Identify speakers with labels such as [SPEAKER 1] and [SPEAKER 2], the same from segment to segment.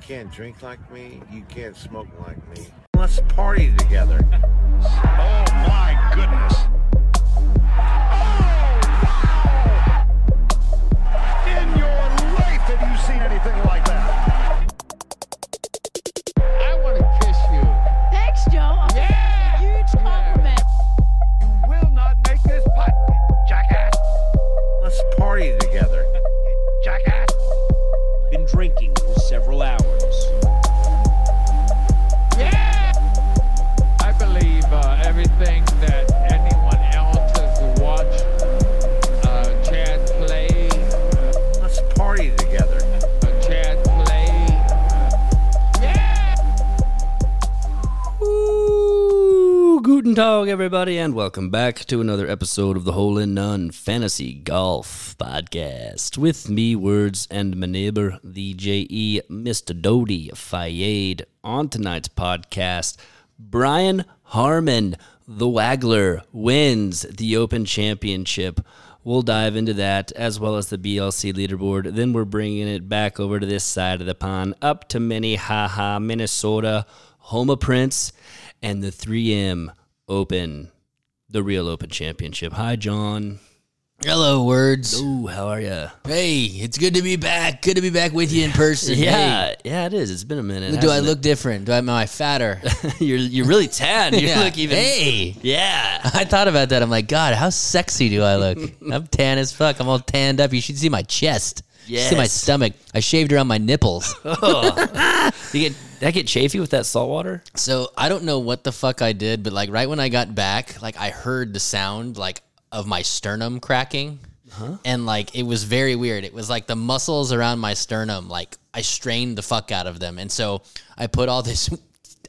[SPEAKER 1] can't drink like me. You can't smoke like me. Let's party together.
[SPEAKER 2] Oh my goodness. Oh, wow. In your life have you seen anything like that?
[SPEAKER 3] I want to kiss you.
[SPEAKER 4] Thanks, Joe.
[SPEAKER 3] Yeah.
[SPEAKER 4] That's a huge compliment.
[SPEAKER 2] You will not make this putt, you jackass.
[SPEAKER 1] Let's party together.
[SPEAKER 2] you Jackass.
[SPEAKER 5] been drinking for several hours.
[SPEAKER 3] Yeah. I believe uh, everything that anyone else has watched uh, Chad play,
[SPEAKER 1] Let's party together.
[SPEAKER 3] uh, Chad play. Yeah.
[SPEAKER 6] Ooh, Guten Tag, everybody, and welcome back to another episode of the Hole in None Fantasy Golf Podcast. With me, words, and my neighbor, the JE, Mr. Dodie Fayed. On tonight's podcast, Brian Harmon, the Waggler, wins the Open Championship. We'll dive into that as well as the BLC leaderboard. Then we're bringing it back over to this side of the pond, up to Minnehaha, Minnesota, Homa Prince, and the 3M Open, the real Open Championship. Hi, John.
[SPEAKER 7] Hello, words.
[SPEAKER 6] Ooh, how are you?
[SPEAKER 7] Hey, it's good to be back. Good to be back with you in person. Hey,
[SPEAKER 6] Yeah, yeah, it is. It's been a minute.
[SPEAKER 7] do I
[SPEAKER 6] hasn't
[SPEAKER 7] look different? Do I am I fatter?
[SPEAKER 6] it? you're you're really tan. You
[SPEAKER 7] Yeah.
[SPEAKER 6] look even.
[SPEAKER 7] Hey.
[SPEAKER 6] Yeah.
[SPEAKER 7] I thought about that. I'm like, God, how sexy do I look? I'm tan as fuck. I'm all tanned up. You should see my chest. You should See my
[SPEAKER 6] Yes.
[SPEAKER 7] stomach. I shaved around my nipples.
[SPEAKER 6] You get did I get chafy with that salt water?
[SPEAKER 7] So I don't know what the fuck I did, but like right when I got back, like I heard the sound like of my sternum cracking. And like it was very weird. It was like the muscles around my sternum, like I strained the fuck out of them. And so I put all this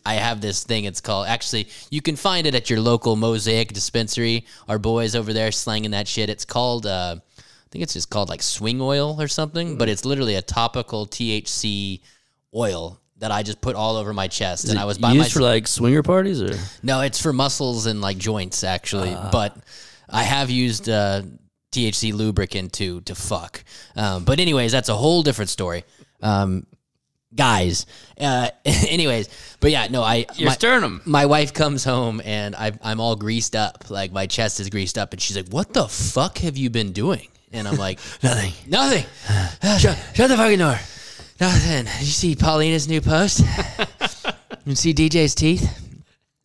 [SPEAKER 7] I have this thing it's called actually you can find it at your local mosaic dispensary. Our boys over there slanging that shit. It's called uh I think it's just called like swing oil or something, but it's literally a topical THC oil that I just put all over my chest and I was by
[SPEAKER 6] used
[SPEAKER 7] myself.
[SPEAKER 6] for like swinger parties or
[SPEAKER 7] No, it's for muscles and like joints actually. but I have used uh, THC lubricant to to fuck. Um, but anyways, that's a whole different story. Um, guys. Uh, anyways, but yeah, no, I
[SPEAKER 6] your
[SPEAKER 7] my-
[SPEAKER 6] sternum.
[SPEAKER 7] my wife comes home and I, I'm all greased up. Like my chest is greased up. And she's like, What the fuck have you been doing? And I'm like, Nothing. Nothing. shut, shut the fucking door. Nothing. Did you see Paulina's new post? you see DJ's teeth?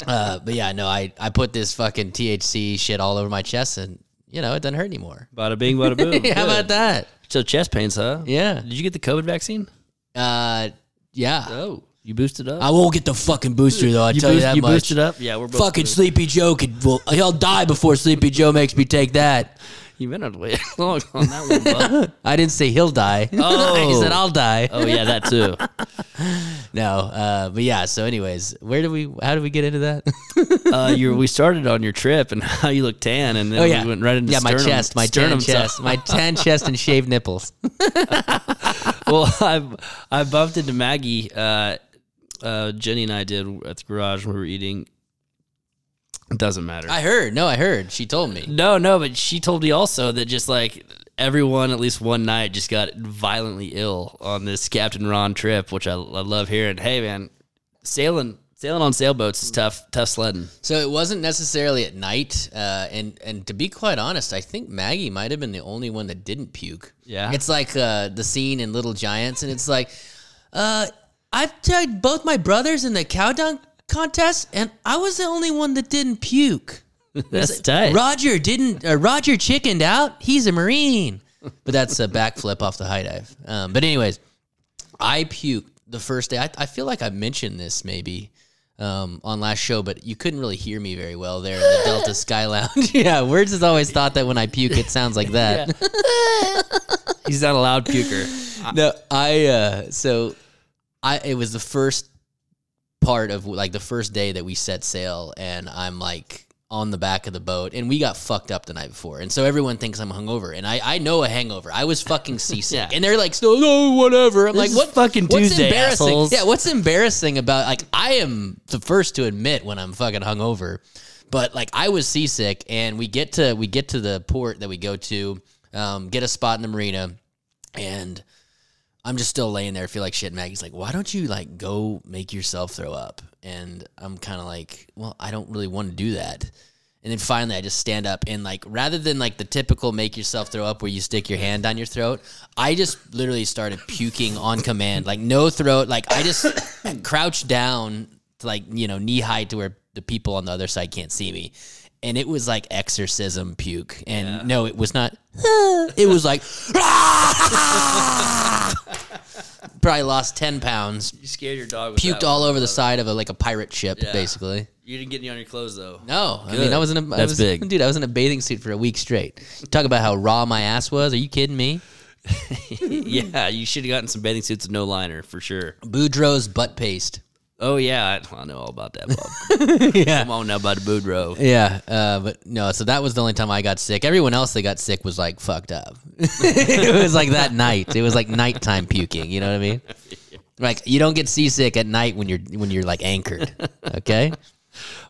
[SPEAKER 7] Uh, but yeah, no, I, I put this fucking THC shit all over my chest and, you know, it doesn't hurt anymore.
[SPEAKER 6] Bada bing, bada boom.
[SPEAKER 7] How about that?
[SPEAKER 6] So chest pains, huh?
[SPEAKER 7] Yeah.
[SPEAKER 6] Did you get the COVID vaccine?
[SPEAKER 7] Uh, yeah.
[SPEAKER 6] Oh, you boosted up.
[SPEAKER 7] I won't get the fucking booster though. I
[SPEAKER 6] you
[SPEAKER 7] tell you
[SPEAKER 6] boos-
[SPEAKER 7] that
[SPEAKER 6] you
[SPEAKER 7] much.
[SPEAKER 6] boosted up. Yeah, we're both
[SPEAKER 7] Fucking
[SPEAKER 6] boosted.
[SPEAKER 7] Sleepy Joe could. Well, he'll die before Sleepy Joe makes me take that.
[SPEAKER 6] You've been on way long on that one. bud.
[SPEAKER 7] I didn't say he'll die.
[SPEAKER 6] Oh.
[SPEAKER 7] I said I'll die.
[SPEAKER 6] oh yeah, that too.
[SPEAKER 7] No, uh, but yeah. So, anyways, where do we? How do we get into that?
[SPEAKER 6] Uh, you we started on your trip and how you look tan, and then we went right into
[SPEAKER 7] Oh, yeah.
[SPEAKER 6] sternum,
[SPEAKER 7] my chest, my
[SPEAKER 6] sternum
[SPEAKER 7] tan chest, my tan chest, and shaved nipples.
[SPEAKER 6] well, I I bumped into Maggie. Uh, uh, Jenny and I did at the garage when we were eating. It doesn't matter.
[SPEAKER 7] I heard. No, I heard. She told me.
[SPEAKER 6] no, no, but she told me also that just like everyone, at least one night, just got violently ill on this Captain Ron trip, which I, I love hearing. Hey, man, sailing sailing on sailboats is tough, tough sledding.
[SPEAKER 7] So it wasn't necessarily at night. Uh, and and to be quite honest, I think Maggie might have been the only one that didn't puke.
[SPEAKER 6] Yeah.
[SPEAKER 7] It's like uh, the scene in Little Giants, and it's like, uh, I've tagged both my brothers in the cow dunk contest, and I was the only one that didn't puke.
[SPEAKER 6] That's tight.
[SPEAKER 7] Roger didn't. Uh, Roger chickened out. He's a marine. But that's a backflip off the high dive. Um, but anyways, I puked the first day. I, I feel like I mentioned this maybe um, on last show, but you couldn't really hear me very well there in the Delta Sky Lounge. yeah, words has always thought that when I puke, it sounds like that.
[SPEAKER 6] He's not a loud puker.
[SPEAKER 7] no, I uh so I it was the first part of like the first day that we set sail and I'm like on the back of the boat and we got fucked up the night before and so everyone thinks I'm hungover and I I know a hangover. I was fucking seasick.
[SPEAKER 6] Yeah.
[SPEAKER 7] And they're like, "No, no, whatever." I'm
[SPEAKER 6] This
[SPEAKER 7] like,
[SPEAKER 6] is
[SPEAKER 7] "What
[SPEAKER 6] fucking
[SPEAKER 7] what's
[SPEAKER 6] Tuesday,
[SPEAKER 7] embarrassing?
[SPEAKER 6] assholes."
[SPEAKER 7] Yeah, what's embarrassing about like I am the first to admit when I'm fucking hungover, but like I was seasick and we get to we get to the port that we go to, um, get a spot in the marina, and I'm just still laying there, feel like shit. Maggie's like, why don't you like go make yourself throw up? And I'm kind of like, well, I don't really want to do that. And then finally, I just stand up and like, rather than like the typical make yourself throw up where you stick your hand on your throat, I just literally started puking on command, like no throat. Like I just crouched down to like you know knee high to where the people on the other side can't see me, and it was like exorcism puke. And no, it was not. It was like. "Ah!" Probably lost ten pounds.
[SPEAKER 6] You scared your dog. With
[SPEAKER 7] Puked all over the side of a like a pirate ship, basically.
[SPEAKER 6] You didn't get any on your clothes though.
[SPEAKER 7] No, I
[SPEAKER 6] Good.
[SPEAKER 7] mean I was in a I
[SPEAKER 6] That's
[SPEAKER 7] was-
[SPEAKER 6] big.
[SPEAKER 7] dude. I was in a bathing suit for a week straight. Talk about how raw my ass was. Are you kidding me?
[SPEAKER 6] yeah, you should have gotten some bathing suits and no liner for sure.
[SPEAKER 7] Boudreaux's butt paste.
[SPEAKER 6] Oh yeah, I, I know all about that. Bob.
[SPEAKER 7] yeah,
[SPEAKER 6] Come on now, by the Boudreaux.
[SPEAKER 7] yeah. Uh, but no, so that was the only time I got sick. Everyone else that got sick was like fucked up. it was like that night. It was like nighttime puking. You know what I mean? Like you don't get seasick at night when you're when you're like anchored. Okay.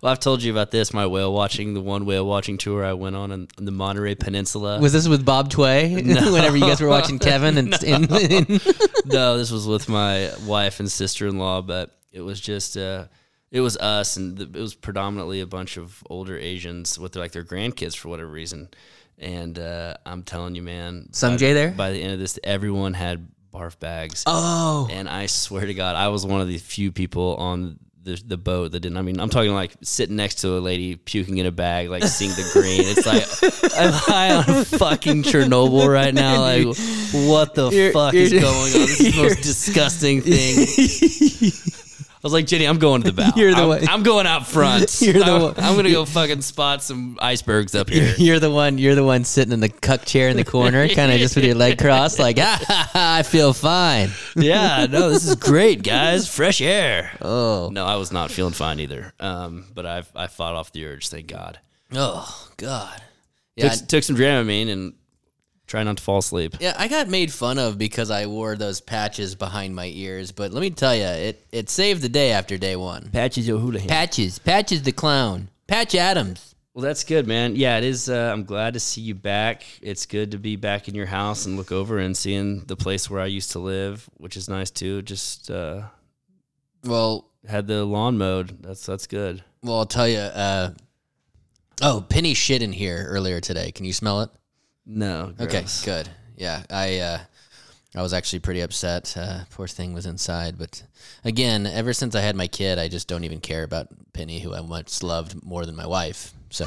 [SPEAKER 6] Well, I've told you about this. My whale watching, the one whale watching tour I went on in, in the Monterey Peninsula.
[SPEAKER 7] Was this with Bob Tway? Whenever you guys were watching Kevin and, and, and
[SPEAKER 6] no, this was with my wife and sister in law, but it was just uh, it was us, and th- it was predominantly a bunch of older Asians with like their grandkids for whatever reason. And uh, I'm telling you, man, by,
[SPEAKER 7] Sungjae there?
[SPEAKER 6] By the end of this, everyone had barf bags.
[SPEAKER 7] oh,
[SPEAKER 6] And I swear to God, I was one of the few people on the, the boat that didn't. I mean, I'm talking like sitting next to a lady puking in a bag, like seeing the green. It's like, am I on fucking Chernobyl right now? Like, what the
[SPEAKER 7] You're-
[SPEAKER 6] fuck
[SPEAKER 7] you're-
[SPEAKER 6] is going on? This is the most disgusting thing. I was like, Jenny, I'm going to the bow.
[SPEAKER 7] You're the
[SPEAKER 6] I'm,
[SPEAKER 7] one-
[SPEAKER 6] I'm going out front.
[SPEAKER 7] You're the
[SPEAKER 6] I'm,
[SPEAKER 7] one-
[SPEAKER 6] I'm gonna go fucking spot some icebergs up here.
[SPEAKER 7] You're the one. You're the one sitting in the cuck chair in the corner, kind of just with your leg crossed, like ah, ha, ha, I feel fine.
[SPEAKER 6] yeah, no, this is great, guys. Fresh air.
[SPEAKER 7] Oh,
[SPEAKER 6] No, I was not feeling fine either. Um, but I I fought off the urge, thank God.
[SPEAKER 7] oh God. Yeah, I,
[SPEAKER 6] Took, took some Dramamine and try not to fall asleep.
[SPEAKER 7] yeah. I got made fun of because I wore those patches behind my ears, but let me tell you, it it saved the day after day one.
[SPEAKER 6] Patches O'Houlihan.
[SPEAKER 7] Patches, patches the clown, Patch Adams.
[SPEAKER 6] well, that's good, man. Yeah, it is. Uh, I'm glad to see you back. It's good to be back in your house and look over and seeing the place where I used to live, which is nice too. Just uh,
[SPEAKER 7] Well,
[SPEAKER 6] had the lawn mowed. That's that's good.
[SPEAKER 7] well, I'll tell you. Uh, oh, Penny shit in here earlier today. Can you smell it?
[SPEAKER 6] No.
[SPEAKER 7] Okay,
[SPEAKER 6] gross.
[SPEAKER 7] good. Yeah, I uh, I was actually pretty upset. Uh, poor thing was inside, but again, ever since I had my kid, I just don't even care about Penny, who I once loved more than my wife. So,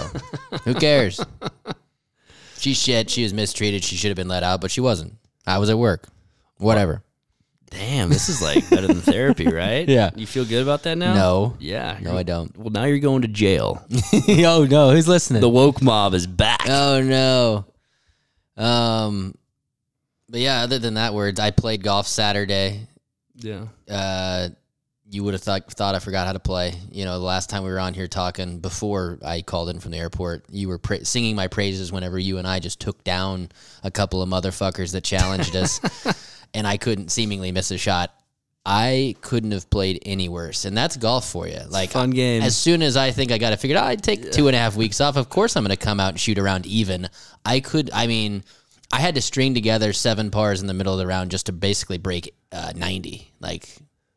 [SPEAKER 7] who cares? She shit. She was mistreated. She should have been let out, but she wasn't. I was at work. Whatever.
[SPEAKER 6] Damn, this is like better than therapy, right?
[SPEAKER 7] Yeah.
[SPEAKER 6] You feel good about that now?
[SPEAKER 7] No.
[SPEAKER 6] Yeah.
[SPEAKER 7] No, I don't.
[SPEAKER 6] Well, now you're going to jail.
[SPEAKER 7] oh no, who's listening?
[SPEAKER 6] the woke mob is back.
[SPEAKER 7] Oh no. Um, but yeah, other than that, words. I played golf Saturday.
[SPEAKER 6] yeah.
[SPEAKER 7] uh, you would have thought thought I forgot how to play. You know, the last time we were on here talking before I called in from the airport, you were pra- singing my praises whenever you and I just took down a couple of motherfuckers that challenged us, and I couldn't seemingly miss a shot. I couldn't have played any worse, and that's golf for you. Like
[SPEAKER 6] fun game.
[SPEAKER 7] As soon as I think I got it figured out, I take two and a half weeks off. Of course, I'm going to come out and shoot around even. I could. I mean, I had to string together seven pars in the middle of the round just to basically break uh, 90. Like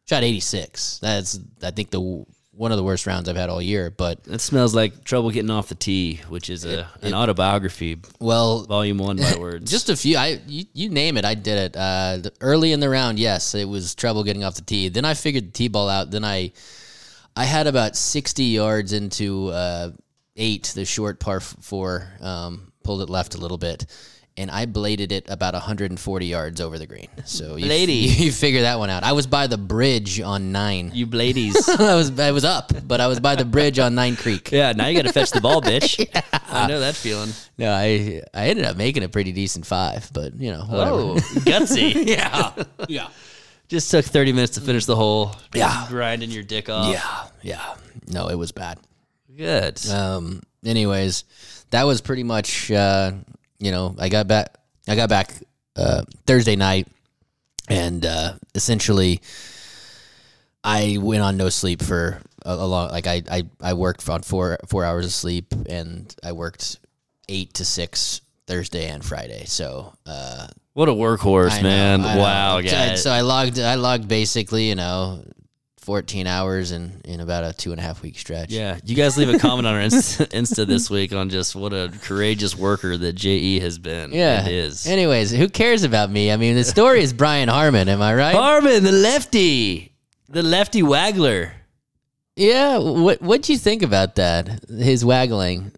[SPEAKER 7] shot 86. That's I think the one of the worst rounds I've had all year. But
[SPEAKER 6] That smells like trouble getting off the tee, which is a an autobiography,
[SPEAKER 7] well,
[SPEAKER 6] volume one by words.
[SPEAKER 7] Just a few. I you, you name it, I did it. Uh, the- early in the round, yes, it was trouble getting off the tee. Then I figured the tee ball out. Then I I had about sixty yards into uh, eight, the short par f- four. Um, pulled it left a little bit, and I bladed it about hundred and forty yards over the green. So you,
[SPEAKER 6] Lady.
[SPEAKER 7] you figure that one out. I was by the bridge on nine.
[SPEAKER 6] you ladies.
[SPEAKER 7] I was I was up, but I was by the bridge on Nine Creek.
[SPEAKER 6] yeah, now you got to fetch the ball, bitch. I know that feeling.
[SPEAKER 7] No, I I ended up making a pretty decent five, but you know whatever.
[SPEAKER 6] Oh, gutsy.
[SPEAKER 7] Yeah, yeah.
[SPEAKER 6] Just took 30 minutes to finish the hole.
[SPEAKER 7] Yeah.
[SPEAKER 6] Grinding your dick off.
[SPEAKER 7] Yeah, yeah. No, it was bad.
[SPEAKER 6] Good.
[SPEAKER 7] Um. Anyways, that was pretty much. Uh, you know, I got back. I got back uh, Thursday night, and uh, essentially, I went on no sleep for a, a long. Like I, I, I worked on four four hours of sleep, and I worked eight to six Thursday and Friday. So uh,
[SPEAKER 6] What a workhorse,
[SPEAKER 7] I know,
[SPEAKER 6] man!
[SPEAKER 7] I know.
[SPEAKER 6] wow,
[SPEAKER 7] So I-
[SPEAKER 6] guys.
[SPEAKER 7] So I logged, I logged basically, you know, 14 hours in in about a two and a half week stretch.
[SPEAKER 6] Yeah, you guys leave a comment on our Insta, Insta this week on just what a courageous worker that JE has been.
[SPEAKER 7] Yeah.
[SPEAKER 6] it is.
[SPEAKER 7] Anyways, who cares about me? I mean, the story is Brian Harmon, am I right?
[SPEAKER 6] Harmon, the lefty, the lefty waggler.
[SPEAKER 7] yeah. What What'd you think about that? His waggling. Mm.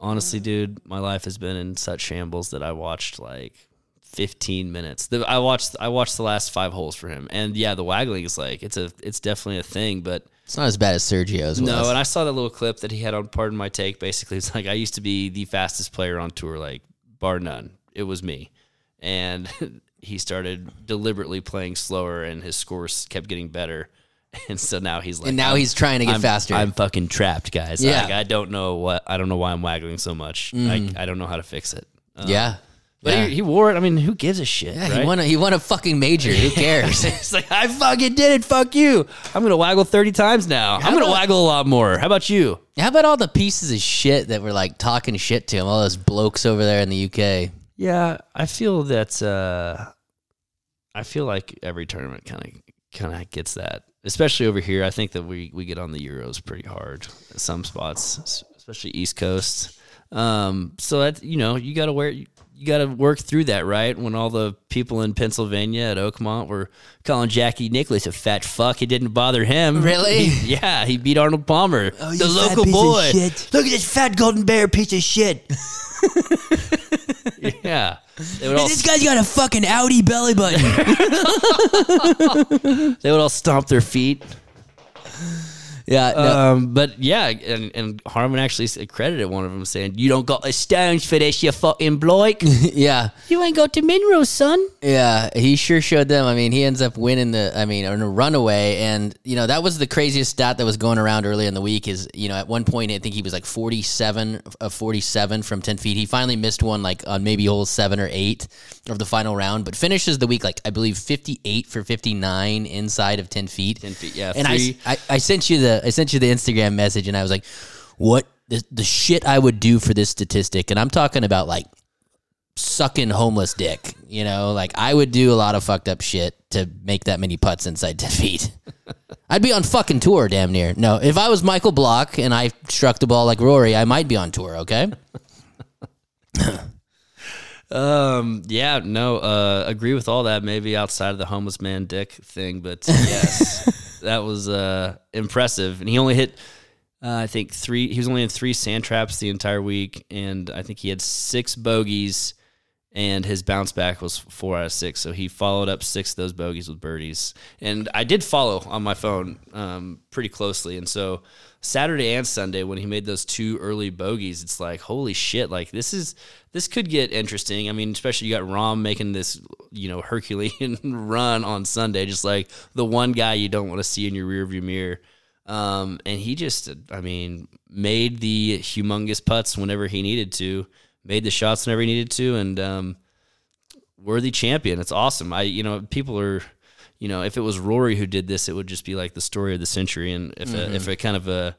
[SPEAKER 6] Honestly, dude, my life has been in such shambles that I watched like 15 minutes. The, I watched I watched the last five holes for him, and yeah, the waggling is like it's a it's definitely a thing, but.
[SPEAKER 7] It's not as bad as Sergio's was.
[SPEAKER 6] No, and I saw that little clip that he had on Pardon My Take. Basically, it's like I used to be the fastest player on tour, like bar none. It was me. And he started deliberately playing slower, and his scores kept getting better. And so now he's like,
[SPEAKER 7] and now
[SPEAKER 6] I'm-
[SPEAKER 7] he's trying to get
[SPEAKER 6] I'm-
[SPEAKER 7] faster.
[SPEAKER 6] I'm fucking trapped, guys.
[SPEAKER 7] Yeah.
[SPEAKER 6] Like, I don't know what, I don't know why I'm waggling so much. I, I don't know how to fix it. Um,
[SPEAKER 7] yeah.
[SPEAKER 6] Mm. But
[SPEAKER 7] yeah.
[SPEAKER 6] He, he wore it. I mean, who gives a shit?
[SPEAKER 7] Yeah,
[SPEAKER 6] right?
[SPEAKER 7] he won. A, he won a fucking major. Who cares?
[SPEAKER 6] It's like I fucking did it. Fuck you. I'm gonna waggle 30 times now. I'm gonna
[SPEAKER 7] about-
[SPEAKER 6] waggle a lot more. How about you?
[SPEAKER 7] How about all the pieces of shit that were like talking shit to him? All those blokes over there in the UK.
[SPEAKER 6] Yeah, I feel that uh I feel like every tournament kind of kind of gets that. Especially over here, I think that we we get on the Euros pretty hard at some spots, s- especially East Coast. Um so that you know, you got to wear you got to work through that, right? When all the people in Pennsylvania at Oakmont were calling Jackie Nicholas a fat fuck, it didn't bother him.
[SPEAKER 7] Really?
[SPEAKER 6] He- yeah, he beat Arnold Palmer, the local boy. Look at this fat golden bear piece of shit. Yeah. They would, all,
[SPEAKER 7] guy's got a fucking Audi belly button.
[SPEAKER 6] they would all stomp their feet.
[SPEAKER 7] yeah. No,
[SPEAKER 6] Um, but yeah, and, and Harmon actually accredited one of them saying, You don't got the stones for this, you fucking bloke.
[SPEAKER 7] yeah.
[SPEAKER 6] you ain't got the minerals, son.
[SPEAKER 7] Yeah, he sure showed them. I mean, he ends up winning the, I mean, on a runaway. And, you know, that was the craziest stat that was going around early in the week is, you know, at one point, I think he was like 47 of 47 from 10 feet. He finally missed one like on maybe hole seven or eight of the final round, but finishes the week like, I believe, 58 for 59 inside of 10 feet. 10
[SPEAKER 6] feet, yeah,
[SPEAKER 7] And I,
[SPEAKER 6] three-
[SPEAKER 7] I, I sent you the, I sent you the Instagram message and I was like, what the, the shit I would do for this statistic. And I'm talking about like, sucking homeless dick. You know, like I would do a lot of fucked up shit to make that many putts inside 10 feet. I'd be on fucking tour, damn near. No, if I was Michael Block and I struck the ball like Rory, I might be on tour, okay?
[SPEAKER 6] Um, yeah, no, uh, agree with all that, maybe outside of the homeless man dick thing, but yes, that was uh, impressive. And he only hit, uh, I think, three, he was only in three sand traps the entire week, and I think he had six bogeys, and his bounce back was four out of six. So he followed up six of those bogeys with birdies. And I did follow on my phone um, pretty closely. And so Saturday and Sunday, when he made those two early bogeys, it's like, holy shit, like this is, this could get interesting. I mean, especially you got Rom making this, you know, Herculean run on Sunday, just like the one guy you don't want to see in your rearview mirror. Um, and he just, I mean, made the humongous putts whenever he needed to, made the shots whenever he needed to, and um, worthy champion. It's awesome. I, you know, people are, you know, if it was Rory who did this, it would just be like the story of the century. And if a, if a kind of a,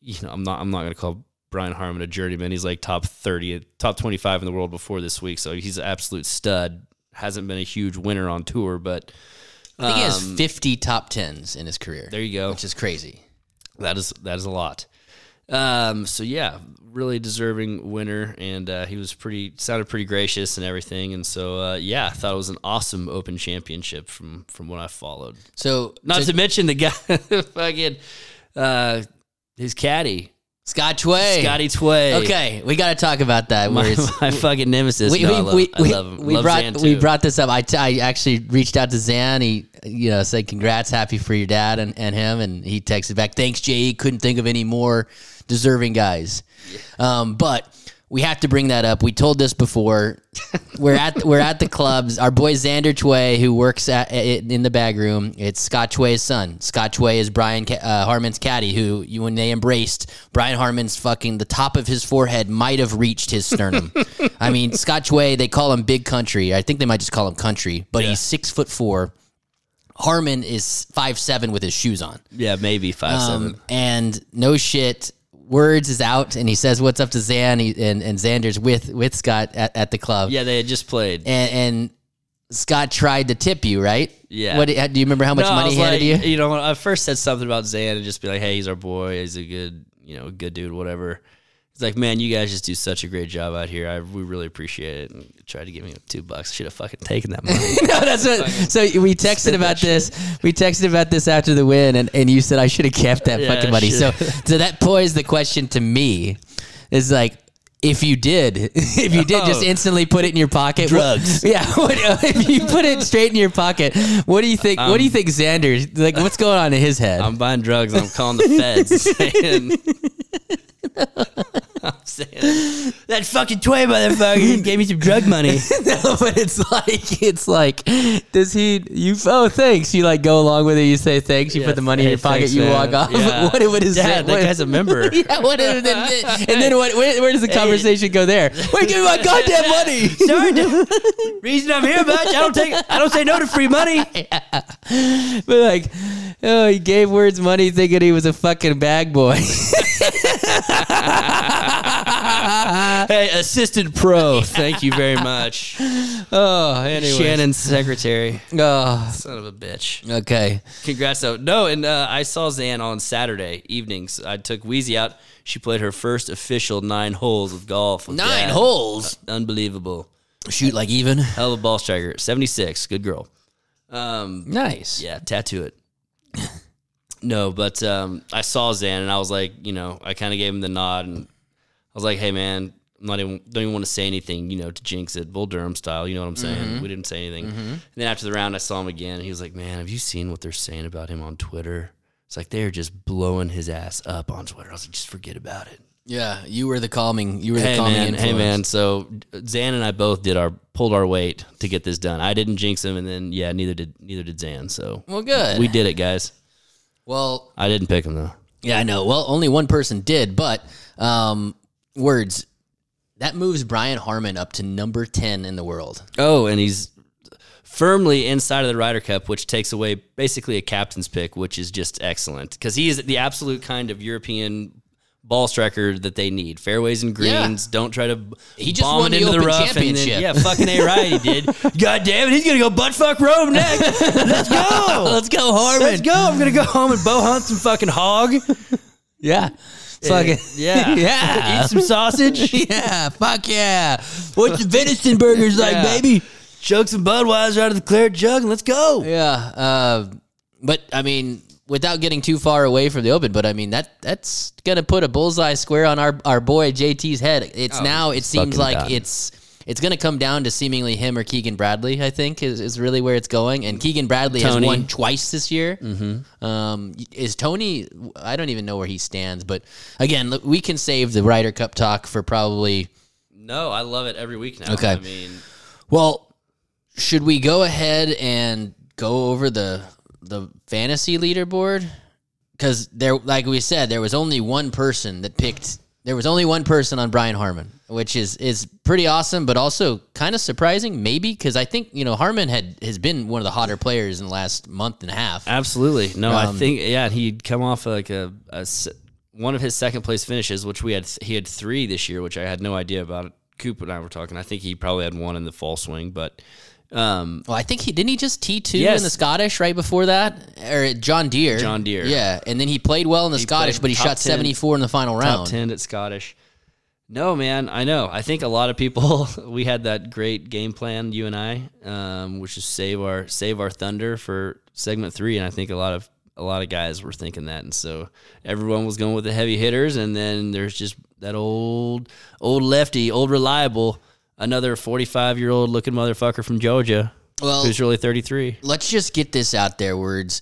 [SPEAKER 6] you know, I'm not, I'm not going to call Brian Harmon a journeyman. He's like top 30, top 25 in the world before this week. So he's an absolute stud. Hasn't been a huge winner on tour, but
[SPEAKER 7] I think he has 50 top 10s in his career,
[SPEAKER 6] Um, there you go.
[SPEAKER 7] which is crazy.
[SPEAKER 6] That is that is a lot. Um, so yeah, really deserving winner, and uh, he was pretty sounded pretty gracious and everything. And so uh, yeah, I thought it was an awesome Open Championship from from what I followed.
[SPEAKER 7] So,
[SPEAKER 6] Not
[SPEAKER 7] to-
[SPEAKER 6] to mention the guy, fucking uh, his caddy,
[SPEAKER 7] Scott Tway.
[SPEAKER 6] Scotty Tway.
[SPEAKER 7] Okay, we got to talk about that.
[SPEAKER 6] my,
[SPEAKER 7] whereas-
[SPEAKER 6] my fucking nemesis.
[SPEAKER 7] we,
[SPEAKER 6] No,
[SPEAKER 7] we,
[SPEAKER 6] I, love,
[SPEAKER 7] we,
[SPEAKER 6] I love him.
[SPEAKER 7] we
[SPEAKER 6] Love
[SPEAKER 7] brought
[SPEAKER 6] Zan,
[SPEAKER 7] we
[SPEAKER 6] too.
[SPEAKER 7] brought this up. I, t- I actually reached out to Zan. He you know said congrats, happy for your dad and, and him, and he texted back, thanks, Je. Couldn't think of any more deserving guys. Um, but we have to bring that up. We told this before. we're at we're at the clubs. Our boy Xander Tway, who works at in in the bag room, it's Scott Tway's son. Scott Tway is Brian Ca- uh, Harmon's caddy, who you when they embraced Brian Harmon's fucking the top of his forehead might have reached his sternum. I mean, Scott Tway, they call him Big Country. I think they might just call him Country, but he's six foot four. Harmon is five seven with his shoes on.
[SPEAKER 6] yeah, maybe five
[SPEAKER 7] Um,
[SPEAKER 6] seven.
[SPEAKER 7] and no shit, Words is out, and he says, "What's up to Zan?" He, and and Xander's with with Scott at, at the club.
[SPEAKER 6] Yeah, they had just played.
[SPEAKER 7] and, and Scott tried to tip you, right?
[SPEAKER 6] Yeah.
[SPEAKER 7] What do you remember how much
[SPEAKER 6] No, I
[SPEAKER 7] money
[SPEAKER 6] was
[SPEAKER 7] he handed
[SPEAKER 6] like-
[SPEAKER 7] you?
[SPEAKER 6] know, I first said something about Zan and just be like, "Hey, he's our boy. He's a good, you know, good dude. Whatever." He's like, "Man, you guys just do such a great job out here. I we really appreciate it." And tried to give me two bucks. Should have fucking taken that money.
[SPEAKER 7] no, that's what. So we texted about this. We texted about this after the win, and, and you said I should have kept that
[SPEAKER 6] Yeah,
[SPEAKER 7] fucking money. So
[SPEAKER 6] sure.
[SPEAKER 7] so that posed the question to me, is like. If you did, if you did, just
[SPEAKER 6] Oh.
[SPEAKER 7] instantly put it in your pocket. what-
[SPEAKER 6] Drugs.
[SPEAKER 7] yeah. What, if you put it straight in your pocket, what do you think? what do you think, Xander? Like, what's going on in his head?
[SPEAKER 6] Um, I'm buying drugs. and I'm calling the feds. saying, I'm saying that fucking toy motherfucker Oh, gave me some drug money.
[SPEAKER 7] no, but it's like it's like does he you oh thanks you like go along with it you say thanks you
[SPEAKER 6] Yeah,
[SPEAKER 7] put the money in
[SPEAKER 6] hey,
[SPEAKER 7] your pocket
[SPEAKER 6] thanks,
[SPEAKER 7] you
[SPEAKER 6] man.
[SPEAKER 7] walk off
[SPEAKER 6] Yeah.
[SPEAKER 7] what what is
[SPEAKER 6] Dad, that
[SPEAKER 7] what-
[SPEAKER 6] guy's a member.
[SPEAKER 7] yeah what is, then, and then what where, where does the conversation go there wait give me my goddamn money
[SPEAKER 6] Sorry, dude. reason I'm here, much. I don't take. I don't say no to free money.
[SPEAKER 7] but like oh he gave words money thinking he was a fucking bag boy
[SPEAKER 6] Hey, assistant pro, thank you very much.
[SPEAKER 7] oh anyway
[SPEAKER 6] Shannon's secretary.
[SPEAKER 7] oh
[SPEAKER 6] Son of a bitch.
[SPEAKER 7] okay
[SPEAKER 6] Congrats, though. No, and uh, I saw Zan on Saturday evenings. I took Wheezy out. She played her first official nine holes of golf. with
[SPEAKER 7] nine
[SPEAKER 6] Dad.
[SPEAKER 7] holes
[SPEAKER 6] Unbelievable.
[SPEAKER 7] shoot like even
[SPEAKER 6] Hell of a ball striker. 76. Good girl. Um,
[SPEAKER 7] nice
[SPEAKER 6] yeah, tattoo it. No, but um, I saw Zan and I was like, you know, I kind of gave him the nod and I was like, hey, man, I'm not even, don't even want to say anything, you know, to jinx it, Bull Durham style. You know what I'm saying? We didn't say anything. And then after the round, I saw him again. And he was like, man, have you seen what they're saying about him on Twitter? It's like they're just blowing his ass up on Twitter. I was like, just forget about it.
[SPEAKER 7] yeah you were the calming you were
[SPEAKER 6] Hey
[SPEAKER 7] the calming
[SPEAKER 6] man, hey
[SPEAKER 7] influence.
[SPEAKER 6] man. So Zan and I both did our pulled our weight to get this done. I didn't jinx him, and then yeah, neither did neither did Zan. So
[SPEAKER 7] well good
[SPEAKER 6] we did it, guys.
[SPEAKER 7] well
[SPEAKER 6] I didn't pick him though.
[SPEAKER 7] Yeah, I know. Well, only one person did, but um, words that moves Brian Harmon up to number ten in the world.
[SPEAKER 6] Oh, and he's firmly inside of the Ryder Cup, which takes away basically a captain's pick, which is just excellent because he is the absolute kind of European ball striker that they need. Fairways and greens. Don't try to
[SPEAKER 7] He just
[SPEAKER 6] bomb
[SPEAKER 7] won
[SPEAKER 6] it
[SPEAKER 7] the
[SPEAKER 6] into the
[SPEAKER 7] Open
[SPEAKER 6] rough. And
[SPEAKER 7] Championship.
[SPEAKER 6] then, yeah, fucking a right, he did. God damn it, he's gonna go butt fuck Rome next. Oh, Let's go.
[SPEAKER 7] Let's go, Harmon.
[SPEAKER 6] Let's go. I'm gonna go home and bow hunt some fucking hog.
[SPEAKER 7] Yeah, fuck it.
[SPEAKER 6] Yeah.
[SPEAKER 7] yeah,
[SPEAKER 6] Eat some sausage.
[SPEAKER 7] yeah, fuck yeah. What's the venison burgers like,
[SPEAKER 6] Yeah.
[SPEAKER 7] baby?
[SPEAKER 6] Chug some Budweiser out of the clear jug and let's go.
[SPEAKER 7] Yeah, uh, but I mean, without getting too far away from the open, but I mean that that's gonna put a bullseye square on our our boy JT's head. It's now it seems
[SPEAKER 6] fucking
[SPEAKER 7] like
[SPEAKER 6] done.
[SPEAKER 7] it's it's gonna come down to seemingly him or Keegan Bradley. I think is, is really where it's going, and Keegan Bradley has
[SPEAKER 6] Tony.
[SPEAKER 7] won twice this year. Mm-hmm. Um, is Tony? I don't even know where he stands, but again, look, we can save the Ryder Cup talk for probably.
[SPEAKER 6] No, I love it every week now.
[SPEAKER 7] Okay.
[SPEAKER 6] I mean,
[SPEAKER 7] Well, should we go ahead and go over the the fantasy leaderboard? Because there, like we said, there was only one person that picked. There was only one person on Brian Harmon, which is is pretty awesome, but also kind of surprising, maybe because I think you know Harmon had has been one of the hotter players in the last month and a half.
[SPEAKER 6] absolutely. No, I think yeah, he'd come off like a, a s- one of his second place finishes, which we had th- he had three this year, which I had no idea about. Coop and I were talking. I think he probably had one in the fall swing, but um,
[SPEAKER 7] Well, I think he didn't he just T two
[SPEAKER 6] Yes.
[SPEAKER 7] in the Scottish right before that, or John Deere.
[SPEAKER 6] John Deere.
[SPEAKER 7] yeah, and then he played well in the Scottish,
[SPEAKER 6] played
[SPEAKER 7] but he
[SPEAKER 6] top 10,
[SPEAKER 7] shot seventy four in the final round.
[SPEAKER 6] top 10 at Scottish. No, man, I know. I think a lot of people, we had that great game plan, you and I, um, which is save our, save our thunder for segment three. And I think a lot of, a lot of guys were thinking that. And so everyone was going with the heavy hitters. And then there's just that old, old lefty, old reliable, another 45 year old looking motherfucker from Georgia.
[SPEAKER 7] Well-
[SPEAKER 6] who's really 33.
[SPEAKER 7] let's just get this out there words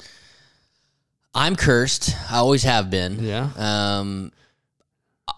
[SPEAKER 7] i'm cursed i always have been
[SPEAKER 6] Yeah.
[SPEAKER 7] um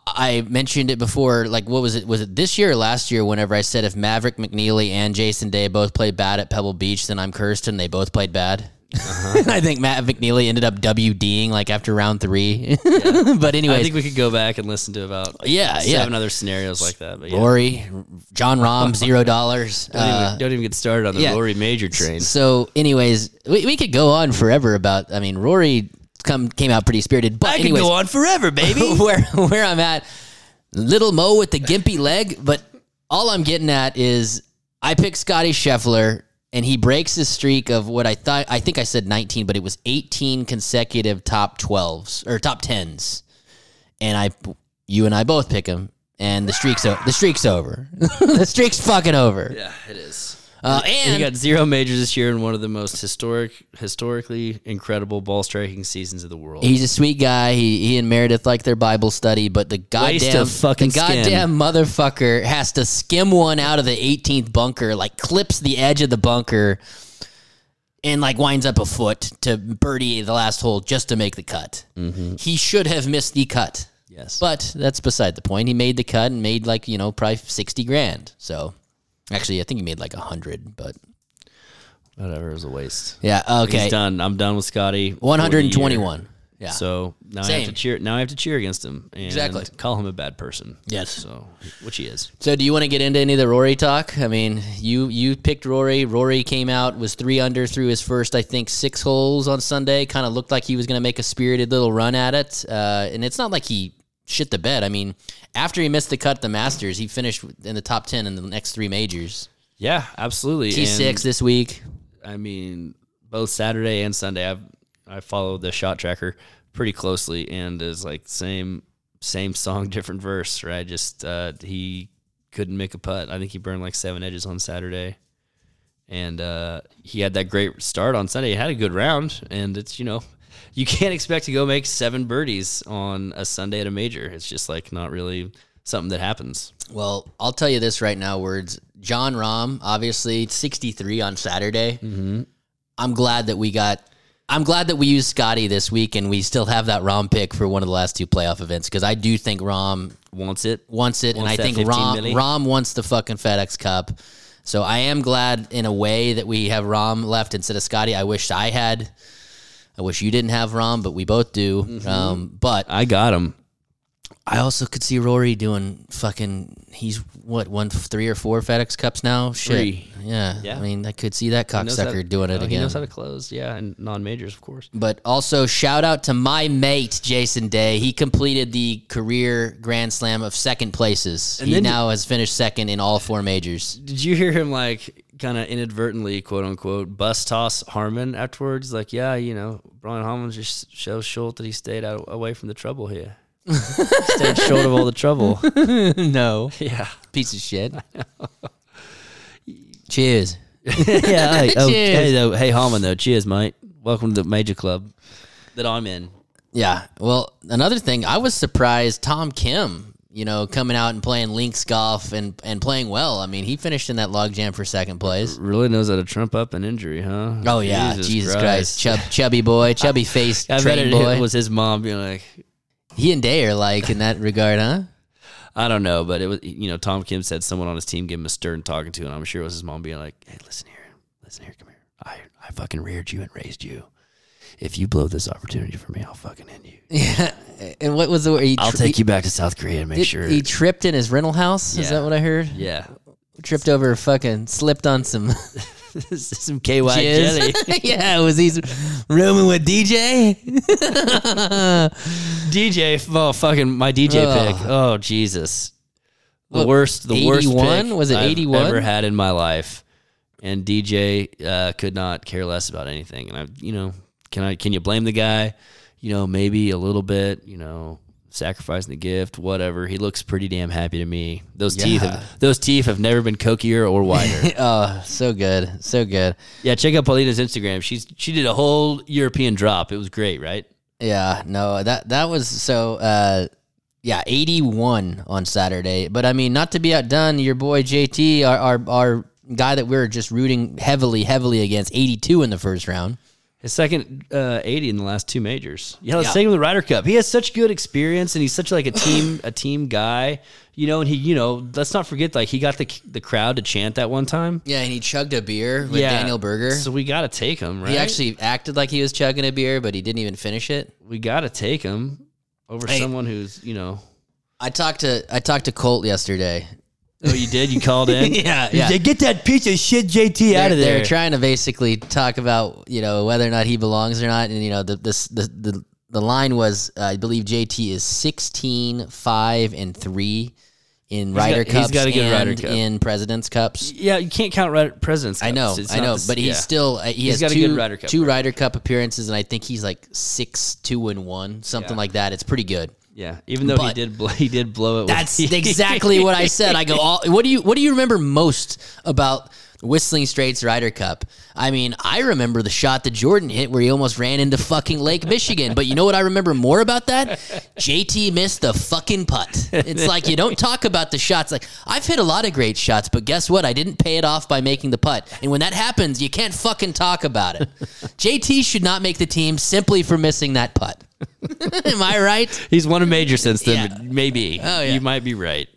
[SPEAKER 7] i mentioned it before like what was it was it this year or last year whenever i said if maverick mcneely and jason day both played bad at pebble beach then i'm cursed and they both played bad
[SPEAKER 6] Uh-huh.
[SPEAKER 7] i think matt mcneely ended up wding like after round three but
[SPEAKER 6] I
[SPEAKER 7] anyways
[SPEAKER 6] think we could go back and listen to about
[SPEAKER 7] yeah yeah
[SPEAKER 6] seven other scenarios like that. But yeah.
[SPEAKER 7] Rory, John Rom, zero dollars.
[SPEAKER 6] Don't even-
[SPEAKER 7] Uh,
[SPEAKER 6] don't even get started on the
[SPEAKER 7] yeah.
[SPEAKER 6] Rory Major train.
[SPEAKER 7] So, anyways, we, we could go on forever about. I mean, Rory come came out pretty spirited. But
[SPEAKER 6] I
[SPEAKER 7] anyways,
[SPEAKER 6] can go on forever, baby.
[SPEAKER 7] where where I'm at, little Mo with the gimpy leg. But all I'm getting at is I pick Scotty Scheffler, and he breaks his streak of what I thought. I think I said 19, but it was 18 consecutive top 12s or top 10s. And I, you and I both pick him, and the streak's o- the streak's over. the streak's fucking over.
[SPEAKER 6] yeah, it is.
[SPEAKER 7] Uh,
[SPEAKER 6] He
[SPEAKER 7] and
[SPEAKER 6] got zero majors this year in one of the most historic, historically incredible ball striking seasons of the world.
[SPEAKER 7] He's a sweet guy. He he and Meredith like their Bible study, but the
[SPEAKER 6] Waste
[SPEAKER 7] goddamn
[SPEAKER 6] of fucking
[SPEAKER 7] the goddamn
[SPEAKER 6] skin.
[SPEAKER 7] motherfucker has to skim one out of the 18th bunker, like clips the edge of the bunker, and like winds up a foot to birdie the last hole just to make the cut. He should have missed the cut,
[SPEAKER 6] Mm-hmm. yes,
[SPEAKER 7] but that's beside the point. He made the cut and made like you know probably 60 grand. So actually, I think he made like a hundred, but
[SPEAKER 6] whatever. It was a waste.
[SPEAKER 7] yeah, okay,
[SPEAKER 6] He's done. I'm done with Scotty. for the year.
[SPEAKER 7] 121. Yeah.
[SPEAKER 6] So now I have to
[SPEAKER 7] Same.
[SPEAKER 6] cheer. Now I have to cheer against him. And
[SPEAKER 7] Exactly.
[SPEAKER 6] Call him a bad person.
[SPEAKER 7] Yes.
[SPEAKER 6] So which he is.
[SPEAKER 7] So, do you want to get into any of the Rory talk? I mean, you you picked Rory. Rory came out was three under through his first, I think, six holes on Sunday. Kind of looked like he was going to make a spirited little run at it. Uh, and it's not like he shit the bed. I mean, after he missed the cut at the Masters, he finished in the top ten in the next three majors.
[SPEAKER 6] Yeah, absolutely.
[SPEAKER 7] T six this week.
[SPEAKER 6] I mean, both Saturday and Sunday, I've I followed the shot tracker pretty closely, and is like same same song, different verse, right? Just uh, he couldn't make a putt. I think he burned like seven edges on Saturday, and uh, he had that great start on Sunday. He had a good round, and it's you know. You can't expect to go make seven birdies on a Sunday at a major. It's just like not really something that happens.
[SPEAKER 7] Well, I'll tell you this right now, words. John Rahm, obviously 63 on Saturday. Mm-hmm. I'm glad that we got. I'm glad that we used Scotty this week, and we still have that Rom pick for one of the last two playoff events because I do think Rom
[SPEAKER 6] Wants it.
[SPEAKER 7] wants it,
[SPEAKER 6] Wants
[SPEAKER 7] and I
[SPEAKER 6] that
[SPEAKER 7] think
[SPEAKER 6] 15
[SPEAKER 7] Rom
[SPEAKER 6] milli.
[SPEAKER 7] Rom wants the fucking FedEx Cup. So I am glad in a way that we have Rom left instead of Scotty. I wish I had. I wish you didn't have Rom, but we both do. Um, but
[SPEAKER 6] Mm-hmm. I got him.
[SPEAKER 7] I also could see Rory doing fucking. He's what one, three or four FedEx Cups now. Shit.
[SPEAKER 6] Three.
[SPEAKER 7] Yeah.
[SPEAKER 6] Yeah.
[SPEAKER 7] I mean, I could see that
[SPEAKER 6] Knows how-
[SPEAKER 7] cocksucker doing it
[SPEAKER 6] Oh, He
[SPEAKER 7] again.
[SPEAKER 6] knows how to close, yeah, and non majors, of course.
[SPEAKER 7] but also shout out to my mate Jason Day. He completed the career Grand Slam of second places. he
[SPEAKER 6] then-
[SPEAKER 7] now has finished second in all four majors.
[SPEAKER 6] Did you hear him like kind of inadvertently, quote unquote, bus toss Harmon afterwards? Like, yeah, you know, Brian Harmon just shows Schultz that he stayed out, away from the trouble here. stayed short of all the trouble.
[SPEAKER 7] no
[SPEAKER 6] Yeah.
[SPEAKER 7] piece of shit. Cheers.
[SPEAKER 6] Yeah. Hey,
[SPEAKER 7] oh,
[SPEAKER 6] hey,
[SPEAKER 7] hey,
[SPEAKER 6] though, hey, Harmon, though. Cheers, mate. Welcome to the major club that I'm in.
[SPEAKER 7] Yeah. Well, another thing, I was surprised Tom Kim, you know, coming out and playing links golf and, and playing well. I mean, he finished in that logjam for second place.
[SPEAKER 6] Really knows how to trump up an injury, huh?
[SPEAKER 7] Oh yeah, Jesus, Christ, Chub, chubby boy, chubby faced
[SPEAKER 6] I bet
[SPEAKER 7] train
[SPEAKER 6] it,
[SPEAKER 7] boy.
[SPEAKER 6] it was his mom being like,
[SPEAKER 7] he and Day are like in that regard, huh?
[SPEAKER 6] I don't know, but it was you know Tom Kim said someone on his team gave him a stern talking to, and I'm sure it was his mom being like, "Hey, listen here, listen here, come here. I I fucking reared you and raised you. If you blow this opportunity for me, I'll fucking end you.
[SPEAKER 7] Yeah. And what was the word? He
[SPEAKER 6] I'll
[SPEAKER 7] tri-
[SPEAKER 6] take you back to South Korea and make
[SPEAKER 7] He,
[SPEAKER 6] sure."
[SPEAKER 7] he tripped in his rental house. Is
[SPEAKER 6] Yeah.
[SPEAKER 7] that what I heard?
[SPEAKER 6] yeah,
[SPEAKER 7] Tripped over, a fucking slipped on some
[SPEAKER 6] this is some KY jelly.
[SPEAKER 7] jizz. yeah, was he rooming with DJ?
[SPEAKER 6] DJ, oh fucking my DJ
[SPEAKER 7] Ugh.
[SPEAKER 6] pick. Oh Jesus, the
[SPEAKER 7] What,
[SPEAKER 6] worst, the worst.
[SPEAKER 7] 81?
[SPEAKER 6] pick
[SPEAKER 7] Was it
[SPEAKER 6] I've
[SPEAKER 7] 81?
[SPEAKER 6] Ever had in my life, and DJ uh, could not care less about anything. And I, you know, can I? Can you blame the guy? You know, maybe a little bit. You know, sacrificing the gift, whatever. He looks pretty damn happy to me. Those teeth, have, those teeth have never been cokier or wider.
[SPEAKER 7] Oh, so good, so good.
[SPEAKER 6] yeah, check out Paulina's Instagram. She's she did a whole European drop. It was great, right?
[SPEAKER 7] Yeah, no, that that was so uh yeah, 81 on Saturday. But I mean, not to be outdone, your boy JT, our our, our guy that we were just rooting heavily heavily against, 82 in the first round.
[SPEAKER 6] His second uh, eighty in the last two majors. Yeah, let's
[SPEAKER 7] Yeah.
[SPEAKER 6] take him to the Ryder Cup. He has such good experience, and he's such like a team a team guy. You know, and he you know let's not forget like he got the the crowd to chant that one time.
[SPEAKER 7] Yeah, and he chugged a beer with
[SPEAKER 6] Yeah.
[SPEAKER 7] Daniel Berger.
[SPEAKER 6] So we got to take him, right?
[SPEAKER 7] He actually acted like he was chugging a beer, but he didn't even finish it.
[SPEAKER 6] we got to take him over
[SPEAKER 7] Hey.
[SPEAKER 6] someone who's you know.
[SPEAKER 7] I talked to I talked to Colt yesterday.
[SPEAKER 6] Oh, you did? You called in?
[SPEAKER 7] Yeah,
[SPEAKER 6] You
[SPEAKER 7] yeah.
[SPEAKER 6] said, Get that piece of shit JT out of
[SPEAKER 7] They're-
[SPEAKER 6] there.
[SPEAKER 7] They're trying to basically talk about you know whether or not he belongs or not, and you know the this the the the line was uh, I believe JT is 16, 5, and 3 in
[SPEAKER 6] got-
[SPEAKER 7] Ryder
[SPEAKER 6] he's
[SPEAKER 7] Cups
[SPEAKER 6] gotta get
[SPEAKER 7] and
[SPEAKER 6] Ryder Cup.
[SPEAKER 7] in President's Cups.
[SPEAKER 6] Yeah, you can't count Ryder, Presidents.
[SPEAKER 7] I know,
[SPEAKER 6] Cups. It's
[SPEAKER 7] I
[SPEAKER 6] not
[SPEAKER 7] know,
[SPEAKER 6] the s-
[SPEAKER 7] but he's
[SPEAKER 6] yeah.
[SPEAKER 7] still uh, he has
[SPEAKER 6] got a
[SPEAKER 7] two
[SPEAKER 6] good Ryder Cup
[SPEAKER 7] two Ryder Cup appearances, and I think he's like six, two, and one, something
[SPEAKER 6] Yeah.
[SPEAKER 7] like that. It's pretty good.
[SPEAKER 6] Yeah, even though he
[SPEAKER 7] But-
[SPEAKER 6] did blow, he did blow it. with-
[SPEAKER 7] That's exactly what I said. I go, all, what do you what do you remember most about Whistling Straits Ryder Cup? I mean, I remember the shot that Jordan hit where he almost ran into fucking Lake Michigan. But you know what I remember more about that? JT missed the fucking putt. It's like you don't talk about the shots. Like I've hit a lot of great shots, but guess what? I didn't pay it off by making the putt. And when that happens, you can't fucking talk about it. JT should not make the team simply for missing that putt. Am I right?
[SPEAKER 6] he's won a major since then.
[SPEAKER 7] Yeah.
[SPEAKER 6] but Maybe.
[SPEAKER 7] Oh, yeah.
[SPEAKER 6] you might be right.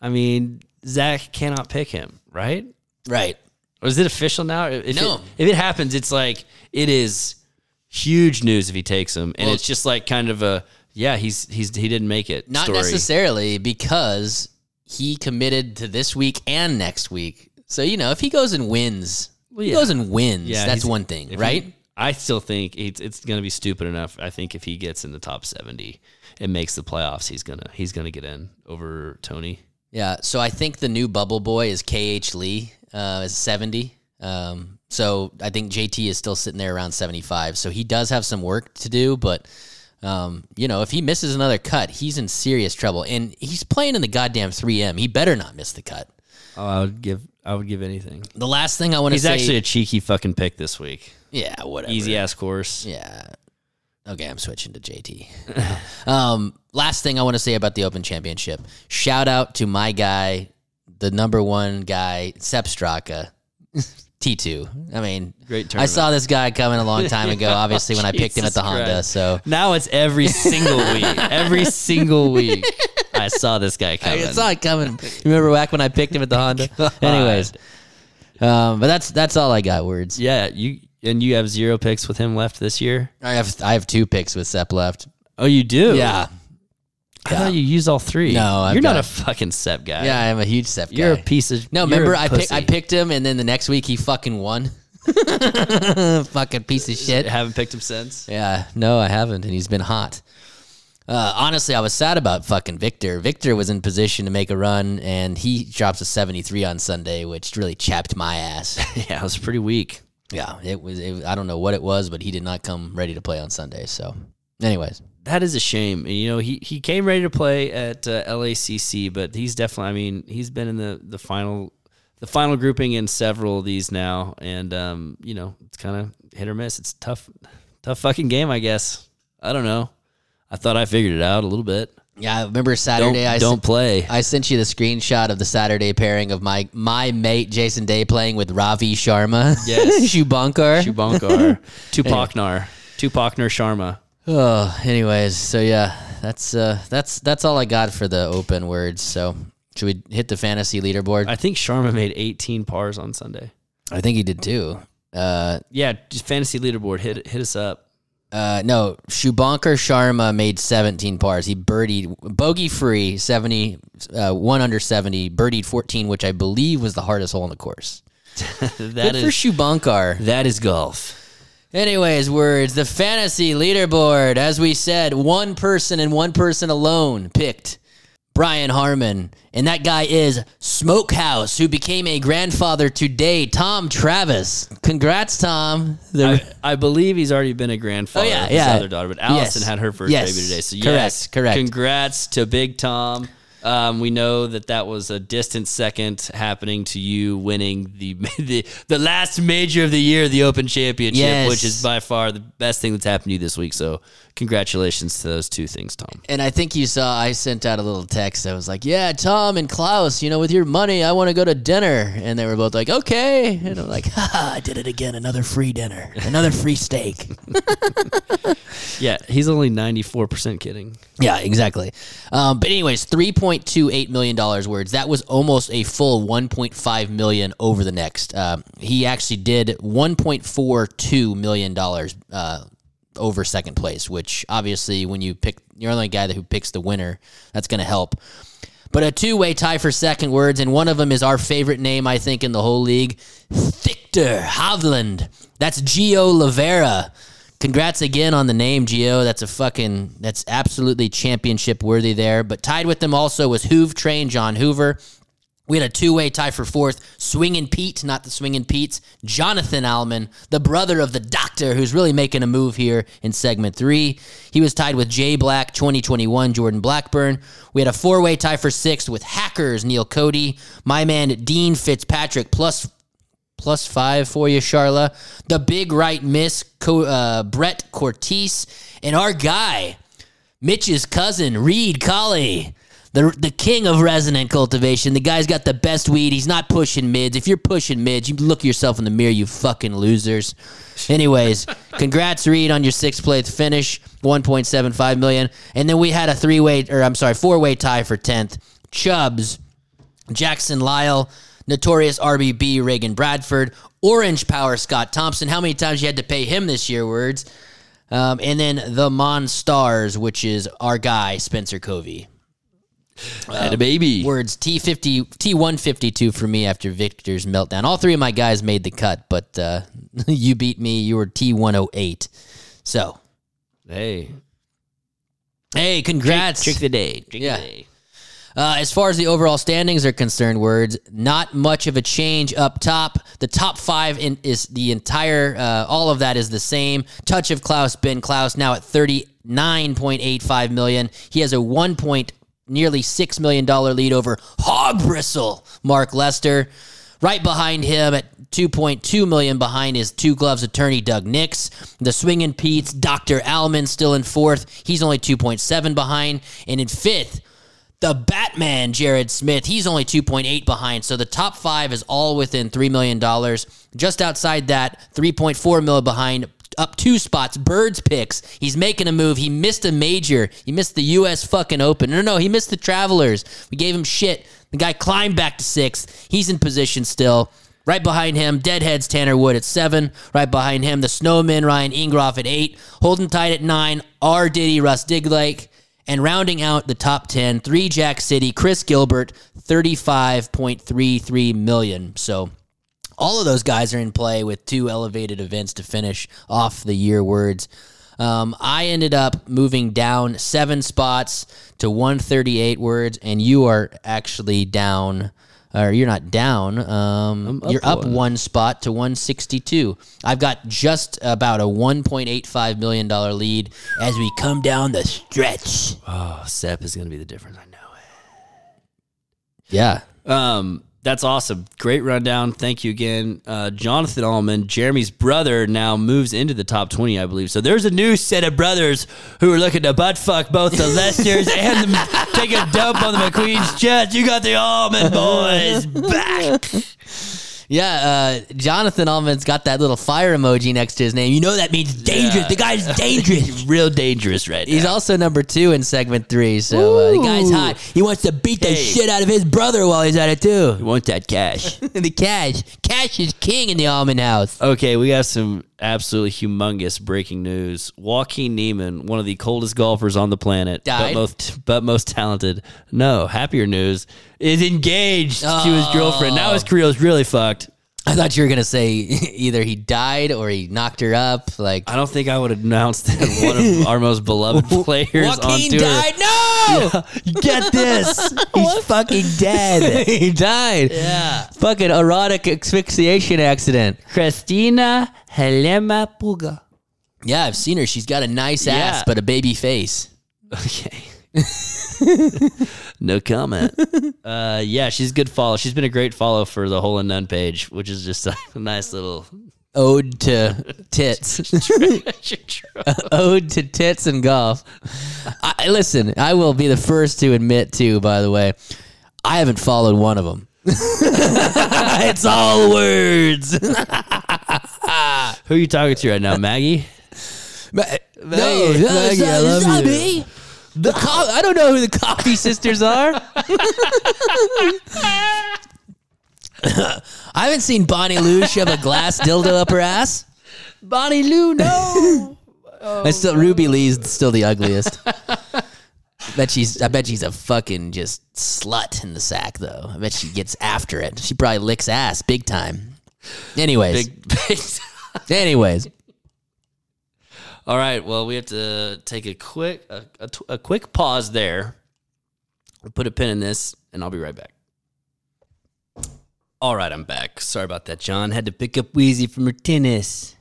[SPEAKER 6] I mean, Zach cannot pick him, right?
[SPEAKER 7] Right.
[SPEAKER 6] Or is it official now? If
[SPEAKER 7] No.
[SPEAKER 6] It, if it happens, it's like it is huge news if he takes him, and
[SPEAKER 7] Well-
[SPEAKER 6] it's just like kind of a yeah, he's he's he didn't make it.
[SPEAKER 7] Not
[SPEAKER 6] story.
[SPEAKER 7] necessarily because he committed to this week and next week. So you know, if he goes and wins, he
[SPEAKER 6] yeah.
[SPEAKER 7] goes and wins.
[SPEAKER 6] Yeah,
[SPEAKER 7] that's
[SPEAKER 6] he's-
[SPEAKER 7] one thing,
[SPEAKER 6] If
[SPEAKER 7] right?
[SPEAKER 6] he- I still think it's it's going to be stupid enough. I think if he gets in the top seventy and makes the playoffs, he's gonna he's gonna get in over Tony.
[SPEAKER 7] yeah. So I think the new bubble boy is KH Lee, uh, is seventy. Um, so I think JT is still sitting there around seventy-five. So he does have some work to do, but. Um, you know, if he misses another cut, he's in serious trouble, and he's playing in the goddamn 3M. He better not miss the cut.
[SPEAKER 6] Oh, I would give I would give anything.
[SPEAKER 7] The last thing I want to
[SPEAKER 6] He's
[SPEAKER 7] say,
[SPEAKER 6] actually a cheeky fucking pick this week.
[SPEAKER 7] yeah, whatever.
[SPEAKER 6] Easy ass course.
[SPEAKER 7] Yeah. Okay, I'm switching to JT. um, last thing I want to say about the Open Championship. Shout out to my guy, the number one guy, Sep Straka, T2. I mean,
[SPEAKER 6] Great
[SPEAKER 7] I saw this guy coming a long time ago, obviously, when I picked him at the
[SPEAKER 6] Jesus
[SPEAKER 7] Honda.
[SPEAKER 6] Christ.
[SPEAKER 7] So
[SPEAKER 6] Now it's every single week. Every single week. I saw this guy
[SPEAKER 7] I
[SPEAKER 6] coming.
[SPEAKER 7] saw it coming. Remember back when I picked him at the Honda? Anyways, um, but that's that's all I got, words.
[SPEAKER 6] Yeah, you and you have zero picks with him left this year.
[SPEAKER 7] I have I have two picks with Sep left.
[SPEAKER 6] Oh, you do?
[SPEAKER 7] Yeah.
[SPEAKER 6] I thought you used all three.
[SPEAKER 7] No, I've
[SPEAKER 6] you're not
[SPEAKER 7] got-
[SPEAKER 6] a fucking sep guy.
[SPEAKER 7] Yeah, I'm a huge Sep guy.
[SPEAKER 6] you're a piece of
[SPEAKER 7] No,
[SPEAKER 6] you're
[SPEAKER 7] remember
[SPEAKER 6] a
[SPEAKER 7] I pick,
[SPEAKER 6] pussy.
[SPEAKER 7] I picked him, and then the next week he fucking won. fucking piece of shit.
[SPEAKER 6] haven't picked him since.
[SPEAKER 7] Yeah, no, I haven't, and he's been hot. Uh, honestly, I was sad about fucking Victor. Victor was in position to make a run, and he drops a 73 on Sunday, which really chapped my ass.
[SPEAKER 6] Yeah, it was pretty weak.
[SPEAKER 7] yeah, it was. It, I don't know what it was, but he did not come ready to play on Sunday. So, anyways,
[SPEAKER 6] That is a shame. You know, he, he came ready to play at uh, LACC, but he's definitely. I mean, he's been in the, the final the final grouping in several of these now, and um, you know, it's kind of hit or miss. It's tough, tough fucking game, I guess. I don't know. I thought I figured it out a little bit.
[SPEAKER 7] yeah, I remember
[SPEAKER 6] Don't
[SPEAKER 7] Saturday. I
[SPEAKER 6] don't play.
[SPEAKER 7] I sent you the screenshot of the Saturday pairing of my my mate Jason Day playing with Ravi Sharma.
[SPEAKER 6] Yes.
[SPEAKER 7] Shubankar.
[SPEAKER 6] Chubankar, Tupacnar, Tupacnar Sharma.
[SPEAKER 7] oh, anyways, so yeah, that's uh that's that's all I got for the open words. So should we hit the fantasy leaderboard?
[SPEAKER 6] I
[SPEAKER 7] I,
[SPEAKER 6] think Sharma made 18 pars on Sunday.
[SPEAKER 7] think he did too. Uh,
[SPEAKER 6] Yeah, just fantasy leaderboard hit hit us up.
[SPEAKER 7] uh, no, Shubankar Sharma made 17 pars. He birdied, bogey free, 70, uh, one under 70, birdied 14, which I believe was the hardest hole in the course.
[SPEAKER 6] That
[SPEAKER 7] Good for
[SPEAKER 6] is
[SPEAKER 7] Shubankar.
[SPEAKER 6] that is golf.
[SPEAKER 7] Anyways, words, the fantasy leaderboard. As we said, one person and one person alone picked Brian Harmon. And that guy is Smokehouse, who became a grandfather today, Tom Travis. Congrats, Tom. The-
[SPEAKER 6] I, I believe he's already been a grandfather.
[SPEAKER 7] Oh, yeah,
[SPEAKER 6] of
[SPEAKER 7] yeah.
[SPEAKER 6] His other daughter, but Allison
[SPEAKER 7] Yes.
[SPEAKER 6] had her first
[SPEAKER 7] Yes.
[SPEAKER 6] baby today. So
[SPEAKER 7] Correct,
[SPEAKER 6] yes,
[SPEAKER 7] correct.
[SPEAKER 6] Congrats to Big Tom. Um, we know that that was a distant second happening to you winning the the, the last major of the year, the Open Championship,
[SPEAKER 7] Yes.
[SPEAKER 6] which is by far the best thing that's happened to you this week. So congratulations to those two things, Tom.
[SPEAKER 7] and I think you saw I sent out a little text. I was like, "Yeah, Tom and Klaus, you know, with your money, I want to go to dinner." And they were both like, "Okay." And I'm like, "Ha! I did it again. Another free dinner. Another free steak."
[SPEAKER 6] Yeah, he's only ninety four percent kidding.
[SPEAKER 7] Yeah, exactly. Um, but anyways, three point two eight million dollars words. That was almost a full one point five million over the next. Um, he actually did one point four two million dollars uh, over second place, which obviously when you pick, you're the only guy that who picks the winner. That's going to help. But a two way tie for second words, and one of them is our favorite name, I think, in the whole league, Victor Hovland. That's Gio Lavera. Congrats again on the name, Geo. That's a fucking that's absolutely championship worthy there. But tied with them also was Hoove Train, John Hoover. We had a two way tie for fourth. Swingin' Pete, not the Swingin' Pete's, Jonathan Alman, the brother of the doctor, who's really making a move here in segment three. He was tied with Jay Black, 2021, Jordan Blackburn. We had a four way tie for sixth with Hackers, Neil Cody, my man Dean Fitzpatrick, plus plus five for you, Charla. The big right miss, Co- uh, Brett Cortese, and our guy, Mitch's cousin, Reed Colley. The, the king of resonant cultivation. The guy's got the best weed. He's not pushing mids. If you're pushing mids, you look yourself in the mirror, you fucking losers. Anyways, congrats, Reed, on your sixth place finish, 1.75 million. And then we had a three way, or I'm sorry, four way tie for 10th. Chubbs, Jackson Lyle, Notorious RBB Reagan Bradford, Orange Power Scott Thompson. How many times you had to pay him this year? Words, um, and then the Mon Stars, which is our guy Spencer Covey.
[SPEAKER 6] Had a baby.
[SPEAKER 7] Words T fifty T one fifty two for me after Victor's meltdown. All three of my guys made the cut, but uh, you beat me. You were T one oh eight. So
[SPEAKER 6] Hey,
[SPEAKER 7] hey, congrats.
[SPEAKER 6] the day. Trick
[SPEAKER 7] Yeah. Uh, as far as the overall standings are concerned, words not much of a change up top. The top five in, is the entire. Uh, all of that is the same. Touch of Klaus Ben Klaus now at thirty nine point eight five million. He has a one point nearly six million dollar lead over Hog Bristle Mark Lester. Right behind him at 2.2 million behind is two gloves attorney Doug Nix. The swinging Pete's Dr. Alman still in fourth. He's only 2.7 behind. And in fifth, the Batman, Jared Smith, he's only 2.8 behind. So the top five is all within $3 million. Just outside that, 3.4 mil behind, up two spots. Birds picks. He's making a move. He missed a major. He missed the U.S. fucking open. No, no, he missed the Travelers. We gave him shit. The guy climbed back to sixth. He's in position still. Right behind him, Deadheads Tanner Wood at seven. Right behind him, the Snowman Ryan Ingroff at eight. Holden tight at nine. R. Diddy Russ Diglake. And rounding out the top 10, three Jack City, Chris Gilbert, 35.33 million. So all of those guys are in play with two elevated events to finish off the year words. Um, I ended up moving down seven spots to 138 words, and you are actually down, or you're not down. Um,
[SPEAKER 6] up
[SPEAKER 7] you're up
[SPEAKER 6] one.
[SPEAKER 7] one spot to 162. I've got just about a 1.85 million dollar lead as we come down the stretch.
[SPEAKER 6] Oh, Sep is gonna be the difference. I know
[SPEAKER 7] Yeah.
[SPEAKER 6] it. Um, that's awesome. Great rundown. Thank you again, uh, Jonathan Allman. Jeremy's brother now moves into the top twenty, I believe. So there's a new set of brothers who are looking to butt fuck both the Lesters and the, take a dump on the McQueen's chest. You got the Allman boys back.
[SPEAKER 7] Yeah, uh, Jonathan Allman's got that little fire emoji next to his name. You know that means dangerous. The guy's dangerous.
[SPEAKER 6] Real dangerous right
[SPEAKER 7] He's
[SPEAKER 6] now.
[SPEAKER 7] also number two in segment three, so uh, the guy's hot. He wants to beat the
[SPEAKER 6] Hey.
[SPEAKER 7] shit out of his brother while he's at it too.
[SPEAKER 6] You want that cash?
[SPEAKER 7] the cash, cash is king in the almond house.
[SPEAKER 6] Okay, we got some absolutely humongous breaking news. Joaquin Neiman, one of the coldest golfers on the planet,
[SPEAKER 7] Died?
[SPEAKER 6] but most but most talented. No, happier news is engaged to his girlfriend. Now his career is really fucked.
[SPEAKER 7] I thought you were gonna say either he died or he knocked her up. Like
[SPEAKER 6] I don't think I would announce that one of our most beloved players on
[SPEAKER 7] Joaquin
[SPEAKER 6] tour.
[SPEAKER 7] died. No,
[SPEAKER 6] Get this, he's fucking dead.
[SPEAKER 7] he died. Yeah, fucking erotic asphyxiation accident.
[SPEAKER 6] Christina Helena Puga.
[SPEAKER 7] Yeah, I've seen her. She's got a nice
[SPEAKER 6] Yeah.
[SPEAKER 7] ass, but a baby face.
[SPEAKER 6] Okay. no comment. Uh, yeah, she's a good follow. She's been a great follow for the whole and none page, which is just a nice little.
[SPEAKER 7] Ode to tits. Ode to tits and golf. I, listen, I will be the first to admit to. By the way, I haven't followed one of them. it's all words.
[SPEAKER 6] Who are you talking to right now, Maggie?
[SPEAKER 7] Ma- no, no,
[SPEAKER 6] Maggie,
[SPEAKER 7] it's not,
[SPEAKER 6] I love
[SPEAKER 7] it's not
[SPEAKER 6] you.
[SPEAKER 7] me. The co- I don't know who the coffee sisters are. I haven't seen Bonnie Lou shove a glass dildo up her ass.
[SPEAKER 6] Bonnie Lou, no.
[SPEAKER 7] I still Ruby Lee's still the ugliest. bet she's I bet she's a fucking just slut in the sack though. I bet she gets after it. She probably licks ass big time. Anyways,
[SPEAKER 6] Big, big.
[SPEAKER 7] anyways,
[SPEAKER 6] All right. Well, we have to take a quick a, a, t- a quick pause there. We'll put a pin in this, and I'll be right back. All right, I'm back. Sorry about that, John. Had to pick up Wheezy from her tennis.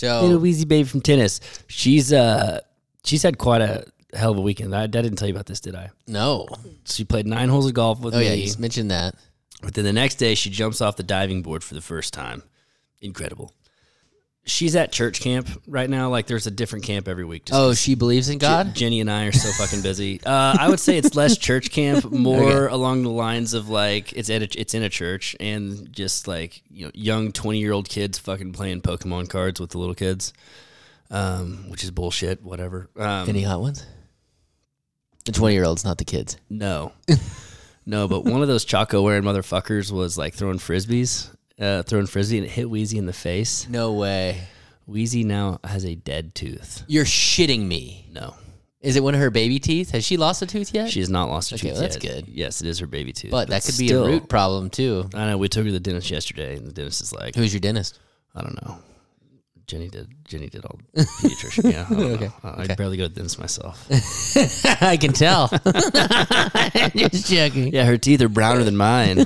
[SPEAKER 6] Little
[SPEAKER 7] So
[SPEAKER 6] Wheezy baby from tennis. She's uh she's had quite a hell of a weekend. I, I didn't tell you about this, did I?
[SPEAKER 7] no.
[SPEAKER 6] She played nine holes of golf with
[SPEAKER 7] Oh
[SPEAKER 6] me.
[SPEAKER 7] yeah, he's mentioned that.
[SPEAKER 6] But then the next day, she jumps off the diving board for the first time. Incredible. She's at church camp right now. Like, there's a different camp every week. Just
[SPEAKER 7] Oh, she believes in God.
[SPEAKER 6] Jenny and I are so fucking busy. Uh, I would say it's less church camp, more along the lines of like it's at a, it's in a church and just like you know young twenty year old kids fucking playing Pokemon cards with the little kids, um, which is bullshit. Whatever. Um,
[SPEAKER 7] Any hot ones? The twenty-year-olds, not the kids.
[SPEAKER 6] no. no, but one of those Chaco wearing motherfuckers was like throwing frisbees, uh, throwing frisbee, and it hit Wheezy in the face.
[SPEAKER 7] No way.
[SPEAKER 6] Wheezy now has a dead tooth.
[SPEAKER 7] You're shitting me.
[SPEAKER 6] No,
[SPEAKER 7] Is it one of her baby teeth? Has she lost a tooth yet?
[SPEAKER 6] she has not lost her
[SPEAKER 7] Okay,
[SPEAKER 6] tooth.
[SPEAKER 7] well, that's
[SPEAKER 6] yet.
[SPEAKER 7] good.
[SPEAKER 6] Yes, it is her baby tooth.
[SPEAKER 7] but that could be
[SPEAKER 6] still-
[SPEAKER 7] a root problem too.
[SPEAKER 6] I know. We took her to the dentist yesterday, and the dentist is like,
[SPEAKER 7] Who's your dentist?
[SPEAKER 6] I don't know. Jenny did. Jenny did all the pediatrician. Yeah, I don't
[SPEAKER 7] Okay,
[SPEAKER 6] know. I I barely go to the dentist myself.
[SPEAKER 7] I can tell. Just joking.
[SPEAKER 6] yeah, her teeth are browner than mine.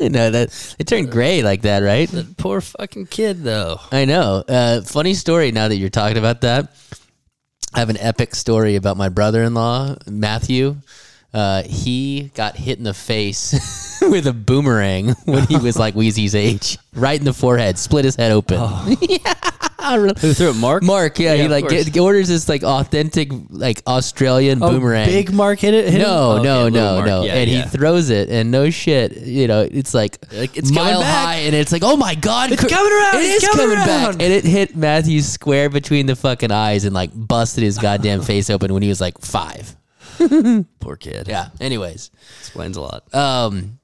[SPEAKER 7] No, that it turned gray like that, right?
[SPEAKER 6] Poor fucking kid, though.
[SPEAKER 7] I know. Uh, funny story now that you're talking about that. I have an epic story about my brother in law, Matthew. Uh, he got hit in the face with a boomerang when he was like Wheezy's age, right in the forehead, split his head open.
[SPEAKER 6] Who threw it, Mark?
[SPEAKER 7] Mark, yeah,
[SPEAKER 6] Oh. Yeah,
[SPEAKER 7] he
[SPEAKER 6] of
[SPEAKER 7] like
[SPEAKER 6] course.
[SPEAKER 7] get, orders this like authentic like Australian
[SPEAKER 6] Oh,
[SPEAKER 7] boomerang.
[SPEAKER 6] Big Mark hit it. hit him? Oh,
[SPEAKER 7] no,
[SPEAKER 6] Okay,
[SPEAKER 7] no,
[SPEAKER 6] little
[SPEAKER 7] no,
[SPEAKER 6] Mark.
[SPEAKER 7] no.
[SPEAKER 6] Yeah,
[SPEAKER 7] and
[SPEAKER 6] yeah.
[SPEAKER 7] he throws it, and no shit, you know, it's like,
[SPEAKER 6] Like, it's coming
[SPEAKER 7] mile
[SPEAKER 6] back.
[SPEAKER 7] high, and it's like, oh my god,
[SPEAKER 6] It's
[SPEAKER 7] cr-
[SPEAKER 6] coming around,
[SPEAKER 7] it
[SPEAKER 6] it's
[SPEAKER 7] is
[SPEAKER 6] coming
[SPEAKER 7] back,
[SPEAKER 6] around.
[SPEAKER 7] and it hit Matthew square between the fucking eyes, and like busted his goddamn face open when he was like five.
[SPEAKER 6] Poor kid.
[SPEAKER 7] Yeah. Anyways,
[SPEAKER 6] explains a lot. Uh,
[SPEAKER 7] um,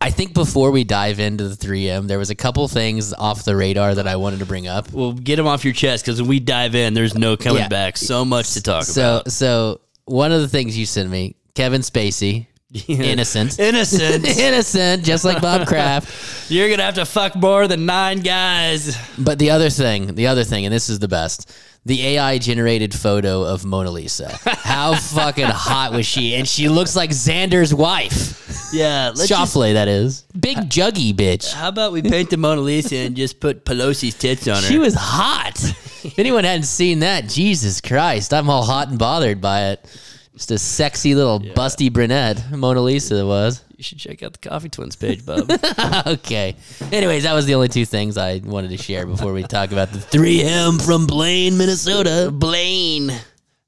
[SPEAKER 7] I think before we dive into the 3M, there was a couple things off the radar that I wanted to bring up.
[SPEAKER 6] well, get him off your chest because when we dive in, there's no coming
[SPEAKER 7] Yeah.
[SPEAKER 6] back. So much to talk
[SPEAKER 7] So,
[SPEAKER 6] about.
[SPEAKER 7] so one of the things you sent me, Kevin Spacey, innocent,
[SPEAKER 6] Innocent.
[SPEAKER 7] innocent, just like Bob Kraft.
[SPEAKER 6] You're gonna have to fuck more than nine guys.
[SPEAKER 7] But the other thing, the other thing, and this is the best, the AI generated photo of Mona Lisa. How fucking hot was she? And she looks like Xander's wife,
[SPEAKER 6] Yeah. Let's just-
[SPEAKER 7] Shoffley, that is. Uh, Big juggy bitch.
[SPEAKER 6] how about we paint the Mona Lisa and just put Pelosi's tits on her?
[SPEAKER 7] She was hot. If anyone hadn't seen that, Jesus Christ, I'm all hot and bothered by it. Just a sexy little busty brunette, Mona Lisa was.
[SPEAKER 6] you should check out the Coffee Twins page, bub.
[SPEAKER 7] okay. Anyways, that was the only two things I wanted to share before we talk about the 3M from Blaine, Minnesota. Blaine.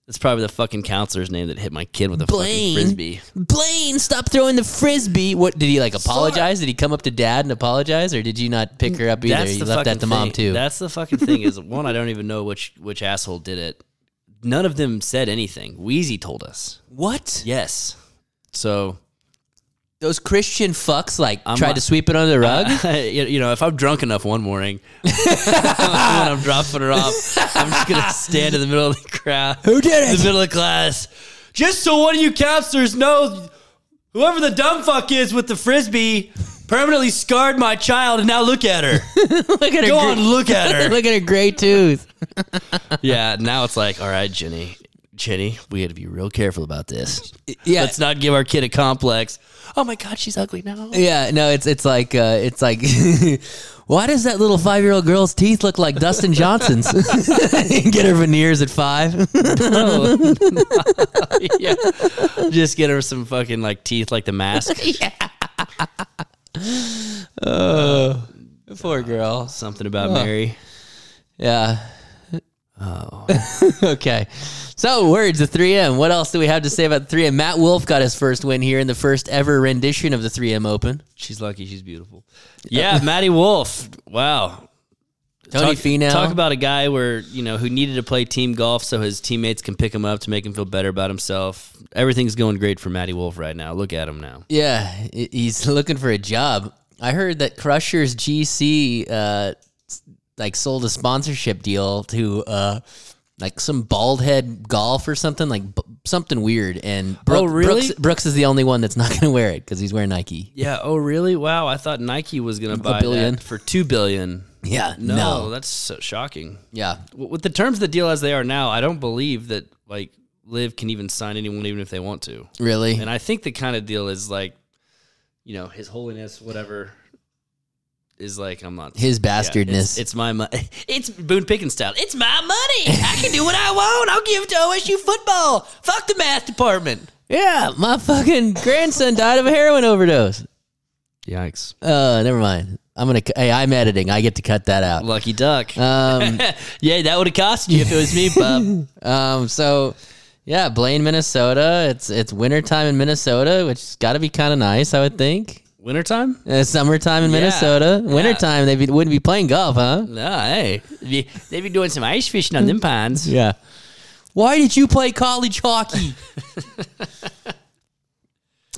[SPEAKER 6] That's probably the fucking counselor's name that hit my kid with a
[SPEAKER 7] Blaine.
[SPEAKER 6] fucking frisbee.
[SPEAKER 7] Blaine, stop throwing the frisbee. What did he like apologize? Did he come up to dad and apologize, or did you not pick her up either?
[SPEAKER 6] That's
[SPEAKER 7] you
[SPEAKER 6] the
[SPEAKER 7] left
[SPEAKER 6] fucking
[SPEAKER 7] that to mom
[SPEAKER 6] thing.
[SPEAKER 7] too.
[SPEAKER 6] That's the fucking thing. Is one, I don't even know which which asshole did it. None of them said anything. Wheezy told us.
[SPEAKER 7] what?
[SPEAKER 6] Yes. So
[SPEAKER 7] Those Christian fucks like
[SPEAKER 6] I'm
[SPEAKER 7] tried
[SPEAKER 6] not-
[SPEAKER 7] to sweep it under the rug.
[SPEAKER 6] you you know, if I'm drunk enough one morning when I'm dropping her off, I'm just gonna stand in the middle of the crowd,
[SPEAKER 7] Who did
[SPEAKER 6] in the middle of class, just so one of you counselors knows whoever the dumb fuck is with the frisbee permanently scarred my child, and now look at her.
[SPEAKER 7] look at her.
[SPEAKER 6] Go
[SPEAKER 7] gr-
[SPEAKER 6] on, look at her.
[SPEAKER 7] look at her gray tooth.
[SPEAKER 6] yeah, now it's like, all right, Jenny, Jenny, we had to be real careful about this.
[SPEAKER 7] Yeah.
[SPEAKER 6] Let's not give our kid a complex. Oh my God, she's ugly now.
[SPEAKER 7] Yeah, no, it's it's like uh, it's like why does that little five year old girl's teeth look like Dustin Johnson's? Get her veneers at five.
[SPEAKER 6] yeah. Just get her some fucking like teeth like the mask.
[SPEAKER 7] Poor girl.
[SPEAKER 6] Uh, Something about Mary.
[SPEAKER 7] Yeah. Oh. okay. So words of 3M. What else do we have to say about the 3M? Matt Wolf got his first win here in the first ever rendition of the 3M Open.
[SPEAKER 6] She's lucky she's beautiful. Yeah, Maddie Wolf. Wow. talk,
[SPEAKER 7] Tony Finau.
[SPEAKER 6] Talk about a guy where, you know, who needed to play team golf so his teammates can pick him up to make him feel better about himself. Everything's going great for Maddie Wolf right now. Look at him now.
[SPEAKER 7] Yeah, he- he's looking for a job. I heard that Crusher's GC uh, s- like sold a sponsorship deal to uh, like some bald head golf or something, like b- something weird. And Brooks,
[SPEAKER 6] Oh, really?
[SPEAKER 7] Brooks, Brooks is the only one that's not going to wear it because he's wearing Nike.
[SPEAKER 6] Yeah. Oh, really? Wow. I thought Nike was going to buy
[SPEAKER 7] billion.
[SPEAKER 6] that for two billion.
[SPEAKER 7] Yeah,
[SPEAKER 6] No,
[SPEAKER 7] no,
[SPEAKER 6] that's so shocking.
[SPEAKER 7] yeah,
[SPEAKER 6] W- With the terms of the deal as they are now, I don't believe that like Live can even sign anyone, even if they want to.
[SPEAKER 7] really.
[SPEAKER 6] And I think the kind of deal is like, you know, His Holiness, whatever, is like, I'm not
[SPEAKER 7] His
[SPEAKER 6] Yeah, it's-
[SPEAKER 7] bastardness.
[SPEAKER 6] It's, my money. It's Boone Pickens style. It's my money. I can do what I want. I'll give to OSU football. Fuck the math department.
[SPEAKER 7] yeah, my fucking grandson died of a heroin overdose.
[SPEAKER 6] Yikes.
[SPEAKER 7] Uh, never mind. I'm gonna. cu- Hey, I'm editing. I get to cut that out.
[SPEAKER 6] Lucky duck.
[SPEAKER 7] Um,
[SPEAKER 6] yeah, that would have cost you if it was me, bub.
[SPEAKER 7] um, so yeah, Blaine, Minnesota. It's it's wintertime in Minnesota, which has got to be kind of nice, I would think.
[SPEAKER 6] Wintertime?
[SPEAKER 7] Uh, summertime in
[SPEAKER 6] Yeah,
[SPEAKER 7] Minnesota.
[SPEAKER 6] yeah.
[SPEAKER 7] Wintertime, they be, wouldn't be playing golf, huh?
[SPEAKER 6] No, hey. They would be doing some ice fishing on them ponds.
[SPEAKER 7] Yeah. Why did you play college hockey?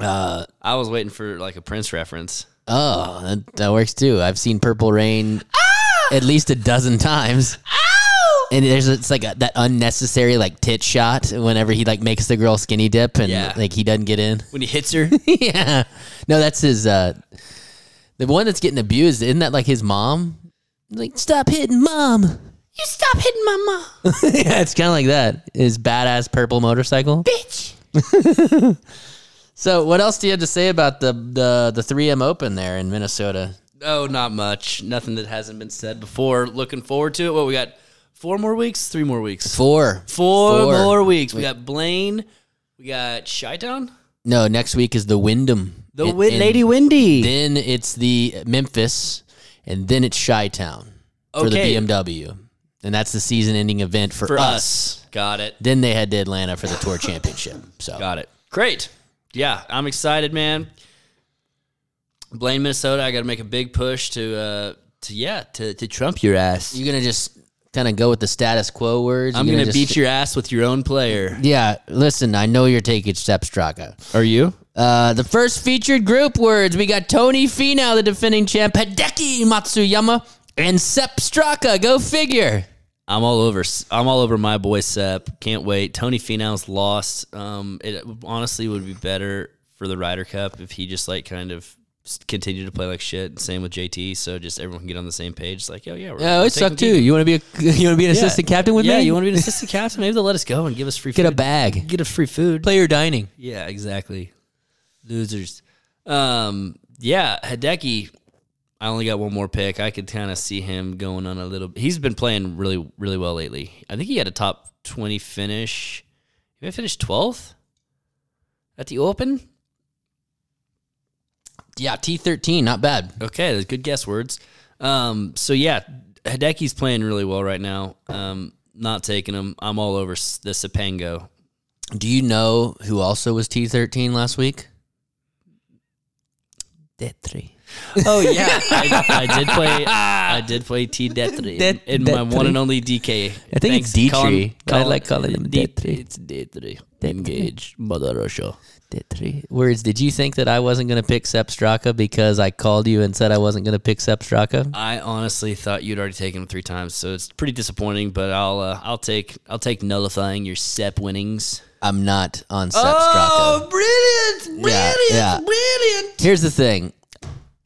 [SPEAKER 6] I was waiting for like a Prince reference.
[SPEAKER 7] oh, that, that works too. I've seen Purple Rain at least a dozen times. And there's it's like a, that unnecessary like tit shot whenever he like makes the girl skinny dip and
[SPEAKER 6] Yeah.
[SPEAKER 7] like he doesn't get in.
[SPEAKER 6] When he hits her?
[SPEAKER 7] yeah. No, that's his uh the one that's getting abused, isn't that like his mom? Like, stop hitting mom. You stop hitting my mom. yeah, it's kinda like that. His badass purple motorcycle. Bitch. so what else do you have to say about the the the three M open there in Minnesota?
[SPEAKER 6] no, Oh, not much. Nothing that hasn't been said before. Looking forward to it. What, we got four more weeks? Three more weeks.
[SPEAKER 7] Four.
[SPEAKER 6] Four,
[SPEAKER 7] Four.
[SPEAKER 6] more weeks. We got Blaine. We got Chi Town.
[SPEAKER 7] No, next week is the Wyndham.
[SPEAKER 6] The
[SPEAKER 7] In-
[SPEAKER 6] Win-
[SPEAKER 7] in-
[SPEAKER 6] Lady Windy.
[SPEAKER 7] Then it's the Memphis, and then it's Chi Town for
[SPEAKER 6] Okay.
[SPEAKER 7] the BMW. And that's the season ending event for,
[SPEAKER 6] for
[SPEAKER 7] us.
[SPEAKER 6] us. Got it.
[SPEAKER 7] Then they head to Atlanta for the tour championship. So
[SPEAKER 6] Got it. Great. Yeah, I'm excited, man. Blaine, Minnesota. I got to make a big push to, uh, to yeah, to, to trump your ass.
[SPEAKER 7] you're gonna just kind of go with the status quo words.
[SPEAKER 6] I'm
[SPEAKER 7] You're
[SPEAKER 6] gonna, beat
[SPEAKER 7] just-
[SPEAKER 6] your ass with your own player.
[SPEAKER 7] Yeah, listen, I know you're taking steps, Straka.
[SPEAKER 6] Are you?
[SPEAKER 7] Uh, the first featured group words we got Tony Finau, the defending champ, Hideki Matsuyama, and Sep Straka. Go figure.
[SPEAKER 6] I'm all over. I'm all over my boy Sep. Can't wait. Tony Finau's lost. Um, it honestly would be better for the Ryder Cup if he just like kind of s- continued to play like shit. Same with JT. So just everyone can get on the same page. It's like, oh yeah, we're,
[SPEAKER 7] Oh,
[SPEAKER 6] we're
[SPEAKER 7] it sucked
[SPEAKER 6] taking
[SPEAKER 7] too.
[SPEAKER 6] Keegan.
[SPEAKER 7] You want to be a, you want to be an
[SPEAKER 6] Yeah.
[SPEAKER 7] assistant captain with
[SPEAKER 6] yeah,
[SPEAKER 7] me?
[SPEAKER 6] you want to be an assistant captain? Maybe they'll let us go and give us free.
[SPEAKER 7] get a
[SPEAKER 6] food.
[SPEAKER 7] bag,
[SPEAKER 6] Get a free food.
[SPEAKER 7] player dining.
[SPEAKER 6] Yeah, exactly. Losers. Um, yeah, Hideki. I only got one more pick. I could kind of see him going on a little. He's been playing really, really well lately. I think he had a top twenty finish. He finished twelfth at the Open.
[SPEAKER 7] Yeah, T thirteen, not bad.
[SPEAKER 6] Okay, that's good guess words. Um, so yeah, Hideki's playing really well right now. Um, not taking him. I'm all over s- the Sepango.
[SPEAKER 7] Do you know who also was T thirteen last week? Dead three.
[SPEAKER 6] Oh yeah, I, I did play. I did play T Detri in,
[SPEAKER 7] Det-
[SPEAKER 6] in my
[SPEAKER 7] Detri.
[SPEAKER 6] one and only DK.
[SPEAKER 7] I think
[SPEAKER 6] Thanks,
[SPEAKER 7] it's Detri,
[SPEAKER 6] Colin-
[SPEAKER 7] but I
[SPEAKER 6] Colin-
[SPEAKER 7] like calling him
[SPEAKER 6] D-
[SPEAKER 7] Detri.
[SPEAKER 6] It's Detri. Engage, Mother Russia.
[SPEAKER 7] Did three words. Did you think that I wasn't going to pick Sep Straka because I called you and said I wasn't going to pick Sep Straka?
[SPEAKER 6] I honestly thought you'd already taken him three times, so it's pretty disappointing. But I'll uh, I'll take I'll take nullifying your SEP winnings.
[SPEAKER 7] I'm not on Sep Straka.
[SPEAKER 6] Oh, brilliant!
[SPEAKER 7] Yeah, yeah.
[SPEAKER 6] Brilliant!
[SPEAKER 7] Here's the thing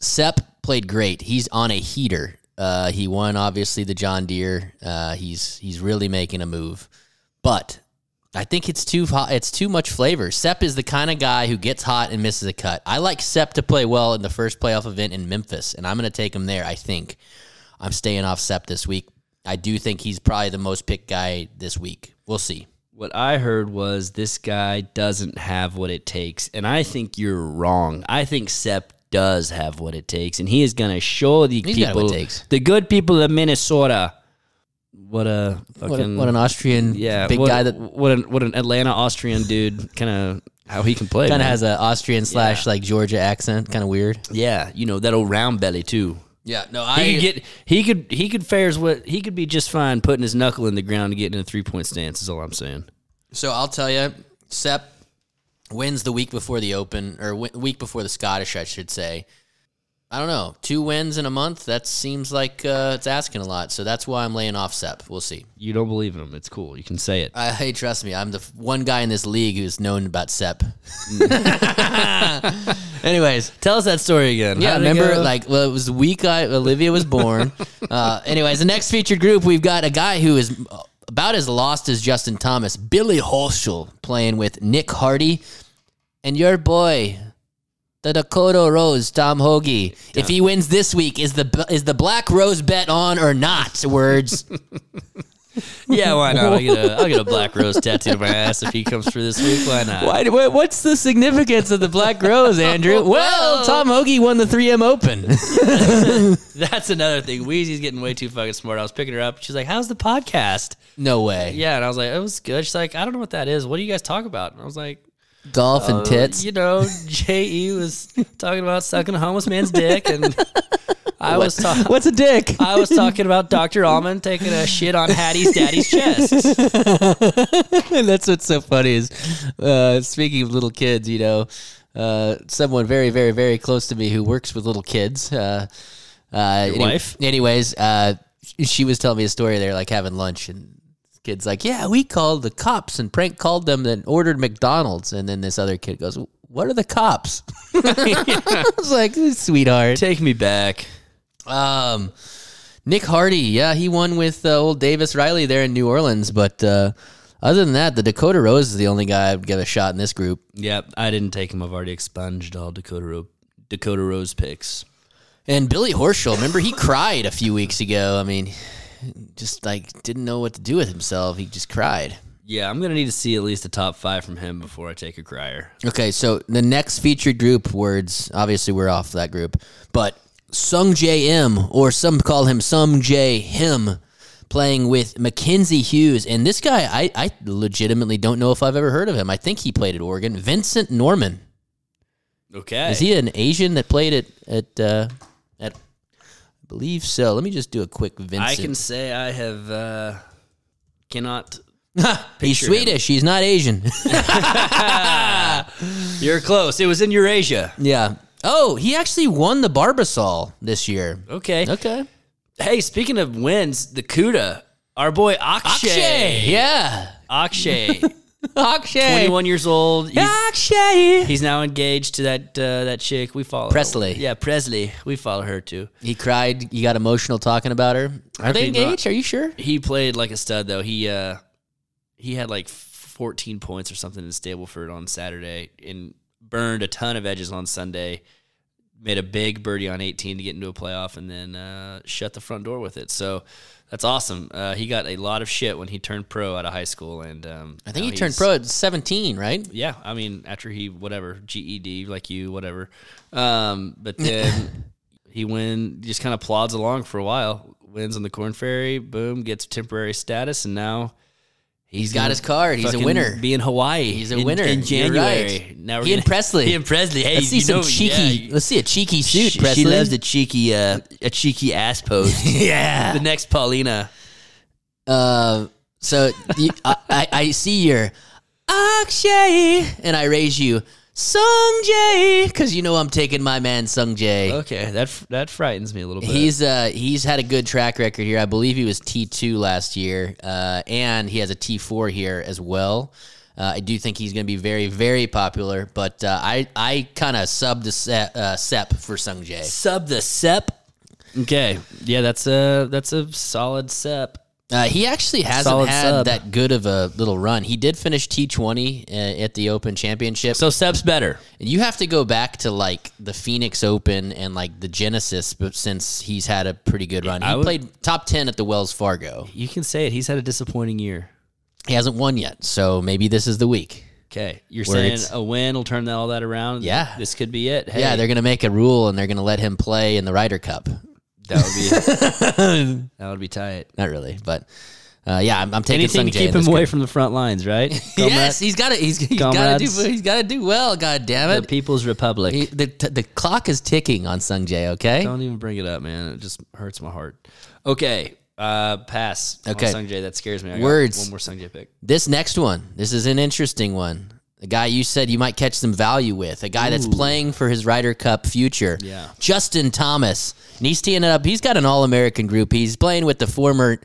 [SPEAKER 7] Sep played great. He's on a heater. Uh, he won, obviously, the John Deere. Uh, he's he's really making a move. But I think it's too hot. It's too much flavor. Sep is the kind of guy who gets hot and misses a cut. I like Sep to play well in the first playoff event in Memphis, and I'm going to take him there. I think I'm staying off Sep this week. I do think he's probably the most picked guy this week. We'll see.
[SPEAKER 6] What I heard was this guy doesn't have what it takes, and I think you're wrong. I think Sep does have what it takes, and he is going to show the
[SPEAKER 7] He's got what it
[SPEAKER 6] people,
[SPEAKER 7] takes.
[SPEAKER 6] the good people of Minnesota, what a fucking
[SPEAKER 7] What, a- what an Austrian
[SPEAKER 6] yeah,
[SPEAKER 7] big
[SPEAKER 6] what,
[SPEAKER 7] guy that
[SPEAKER 6] what an what an Atlanta Austrian dude, kind of how he can play,
[SPEAKER 7] kind of
[SPEAKER 6] man.
[SPEAKER 7] has an Austrian slash
[SPEAKER 6] Yeah.
[SPEAKER 7] like Georgia accent. Kind of weird.
[SPEAKER 6] yeah, you know that old round belly too.
[SPEAKER 7] Yeah. No,
[SPEAKER 6] He could get he could he could fares what he could be just fine putting his knuckle in the ground and getting a three point stance is all I'm saying.
[SPEAKER 7] So I'll tell you, Sep wins the week before the Open or w- week before the Scottish, I should say. I don't know. Two wins in a month. That seems like uh, it's asking a lot. So that's why I'm laying off Sep. We'll see.
[SPEAKER 6] You don't believe in him. It's cool. You can say it.
[SPEAKER 7] I, hey, trust me, I'm the f- one guy in this league who's known about Sep. anyways, tell us that story again. Yeah,
[SPEAKER 6] How'd it
[SPEAKER 7] remember,
[SPEAKER 6] go?
[SPEAKER 7] like, well, it was the week I, Olivia was born. uh, anyways, the next featured group, we've got a guy who is uh, about as lost as Justin Thomas, Billy Horschel, playing with Nick Hardy and your boy. The Dakota Rose, Tom Hoagie. If he wins this week, is the is the Black Rose bet on or not? Words.
[SPEAKER 6] Yeah, why not? I'll get, a, I'll get a black rose tattooed on my ass if he comes through this week. Why not?
[SPEAKER 7] Why, wha- what's the significance of the Black Rose, Andrew? Well, Tom Hoagie won the 3M Open.
[SPEAKER 6] That's another thing. Wheezy's getting way too fucking smart. I was picking her up. She's like, "How's the podcast?"
[SPEAKER 7] no way.
[SPEAKER 6] Yeah, and I was like, "It was good." She's like, "I don't know what that is. What do you guys talk about?" And I was like,
[SPEAKER 7] Golf and tits.
[SPEAKER 6] "You know, Je was talking about sucking a homeless man's dick, and I was talking."
[SPEAKER 7] What's a dick?
[SPEAKER 6] I was talking about Dr. Almond taking a shit on Hattie's daddy's chest.
[SPEAKER 7] That's what's so funny is, uh, speaking of little kids, you know, uh, someone very, very, very close to me who works with little kids. Uh, uh, any-
[SPEAKER 6] wife?
[SPEAKER 7] Anyways, uh, sh- she was telling me a story. They're like having lunch and. this Kid's like, yeah, we called the cops and prank called them and ordered McDonald's. And then this other kid goes, what are the cops? I was like, sweetheart.
[SPEAKER 6] Take me back.
[SPEAKER 7] Um, Nick Hardy, yeah, he won with uh, old Davis Riley there in New Orleans, but uh, other than that, the Dakota Rose is the only guy I'd give a shot in this group.
[SPEAKER 6] Yep, I didn't take him. I've already expunged all Dakota Ro- Dakota Rose picks.
[SPEAKER 7] And Billy Horschel, remember he cried a few weeks ago. I mean, just like didn't know what to do with himself. He just cried.
[SPEAKER 6] Yeah, I'm gonna need to see at least a top five from him before I take a crier.
[SPEAKER 7] Okay, so the next featured group words, obviously we're off that group, but Sung J M, or some call him Sung J Him, playing with Mackenzie Hughes. And this guy, I, I legitimately don't know if I've ever heard of him. I think he played at Oregon. Vincent Norman.
[SPEAKER 6] Okay.
[SPEAKER 7] Is he an Asian that played at, at, uh, at I believe so. Let me just do a quick Vincent.
[SPEAKER 6] I can say I have uh, cannot.
[SPEAKER 7] He's
[SPEAKER 6] picture him.
[SPEAKER 7] Swedish. He's not Asian.
[SPEAKER 6] You're close. It was in Eurasia.
[SPEAKER 7] yeah. Oh, he actually won the Barbasol this year.
[SPEAKER 6] Okay.
[SPEAKER 7] Okay.
[SPEAKER 6] Hey, speaking of wins, the Cuda, our boy
[SPEAKER 7] Akshay.
[SPEAKER 6] Akshay.
[SPEAKER 7] Yeah.
[SPEAKER 6] Akshay,
[SPEAKER 7] Akshay.
[SPEAKER 6] 21 years old. He's,
[SPEAKER 7] Akshay.
[SPEAKER 6] he's now engaged to that uh, that chick we follow.
[SPEAKER 7] Presley.
[SPEAKER 6] Yeah, Presley. We follow her too.
[SPEAKER 7] He cried. He got emotional talking about her. Are they
[SPEAKER 6] think not.
[SPEAKER 7] engaged? Are you sure?
[SPEAKER 6] He played like a stud though. He uh, he had like 14 points or something in Stableford on Saturday and burned a ton of edges on Sunday. Made a big birdie on 18 to get into a playoff and then uh, shut the front door with it. So that's awesome. Uh, he got a lot of shit when he turned pro out of high school and um,
[SPEAKER 7] I think
[SPEAKER 6] now
[SPEAKER 7] he turned
[SPEAKER 6] he's-
[SPEAKER 7] pro at 17, right?
[SPEAKER 6] yeah, I mean, after he whatever GED like you whatever, um, but then he win just kind of plods along for a while, wins on the Corn Ferry, boom, gets temporary status, and now
[SPEAKER 7] He's got his card. He's a
[SPEAKER 6] fucking
[SPEAKER 7] winner.
[SPEAKER 6] Be in Hawaii.
[SPEAKER 7] He's a
[SPEAKER 6] in-
[SPEAKER 7] winner.
[SPEAKER 6] in
[SPEAKER 7] You're
[SPEAKER 6] January.
[SPEAKER 7] right.
[SPEAKER 6] Now
[SPEAKER 7] He and Presley.
[SPEAKER 6] He and Presley. Hey,
[SPEAKER 7] let's see
[SPEAKER 6] you
[SPEAKER 7] some
[SPEAKER 6] know-
[SPEAKER 7] cheeky.
[SPEAKER 6] yeah,
[SPEAKER 7] let's see a cheeky suit.
[SPEAKER 6] she,
[SPEAKER 7] Presley
[SPEAKER 6] she loves a cheeky uh, a cheeky ass pose.
[SPEAKER 7] yeah.
[SPEAKER 6] the next Paulina.
[SPEAKER 7] Uh, so you, I, I, I see your Akshay, and I raise you Sung Jae, because you know I'm taking my man Sung Jae.
[SPEAKER 6] Okay, that f- that frightens me a little bit.
[SPEAKER 7] He's uh he's had a good track record here. I believe he was T two last year, uh, and he has a T four here as well. Uh, I do think he's going to be very very popular, but uh, I I kind of subbed the se- uh, Sep for Sung Jae.
[SPEAKER 6] sub the sep. Okay, yeah, that's a that's a solid sep.
[SPEAKER 7] Uh, he actually hasn't
[SPEAKER 6] Solid
[SPEAKER 7] had
[SPEAKER 6] sub.
[SPEAKER 7] that good of a little run. He did finish T twenty uh, at the Open Championship.
[SPEAKER 6] So sep's better.
[SPEAKER 7] You have to go back to like the Phoenix Open and like the Genesis, but since he's had a pretty good run, he
[SPEAKER 6] I would-
[SPEAKER 7] played top ten at the Wells Fargo.
[SPEAKER 6] You can say it. He's had a disappointing year.
[SPEAKER 7] He hasn't won yet, so maybe this is the week.
[SPEAKER 6] Okay, you're
[SPEAKER 7] Where
[SPEAKER 6] saying
[SPEAKER 7] it's-
[SPEAKER 6] a win will turn that- all that around.
[SPEAKER 7] Yeah.
[SPEAKER 6] this could be it. Hey,
[SPEAKER 7] Yeah, they're gonna make a rule and they're gonna let him play in the Ryder Cup.
[SPEAKER 6] that would be that would be tight.
[SPEAKER 7] Not really, but uh, yeah, I'm, I'm taking
[SPEAKER 6] Anything to
[SPEAKER 7] Sungjae in
[SPEAKER 6] keep him
[SPEAKER 7] this
[SPEAKER 6] away
[SPEAKER 7] group.
[SPEAKER 6] from the front lines, right?
[SPEAKER 7] Yes, he's got to. He's, he's got to
[SPEAKER 6] Comrades.
[SPEAKER 7] do. He's got to do well. God damn
[SPEAKER 6] the
[SPEAKER 7] it!
[SPEAKER 6] People's Republic.
[SPEAKER 7] He- The, the, clock is ticking on Sungjae. Okay.
[SPEAKER 6] Don't even bring it up, man. It just hurts my heart. Okay, uh, pass. on
[SPEAKER 7] Okay.
[SPEAKER 6] Sungjae, that scares me. I got
[SPEAKER 7] Words.
[SPEAKER 6] One more Sungjae pick.
[SPEAKER 7] This next one, this is an interesting one. the guy you said you might catch some value with, a guy that's playing for his Ryder Cup future.
[SPEAKER 6] Yeah.
[SPEAKER 7] Justin Thomas. And he's teeing it up. He's got an All American group. He's playing with the former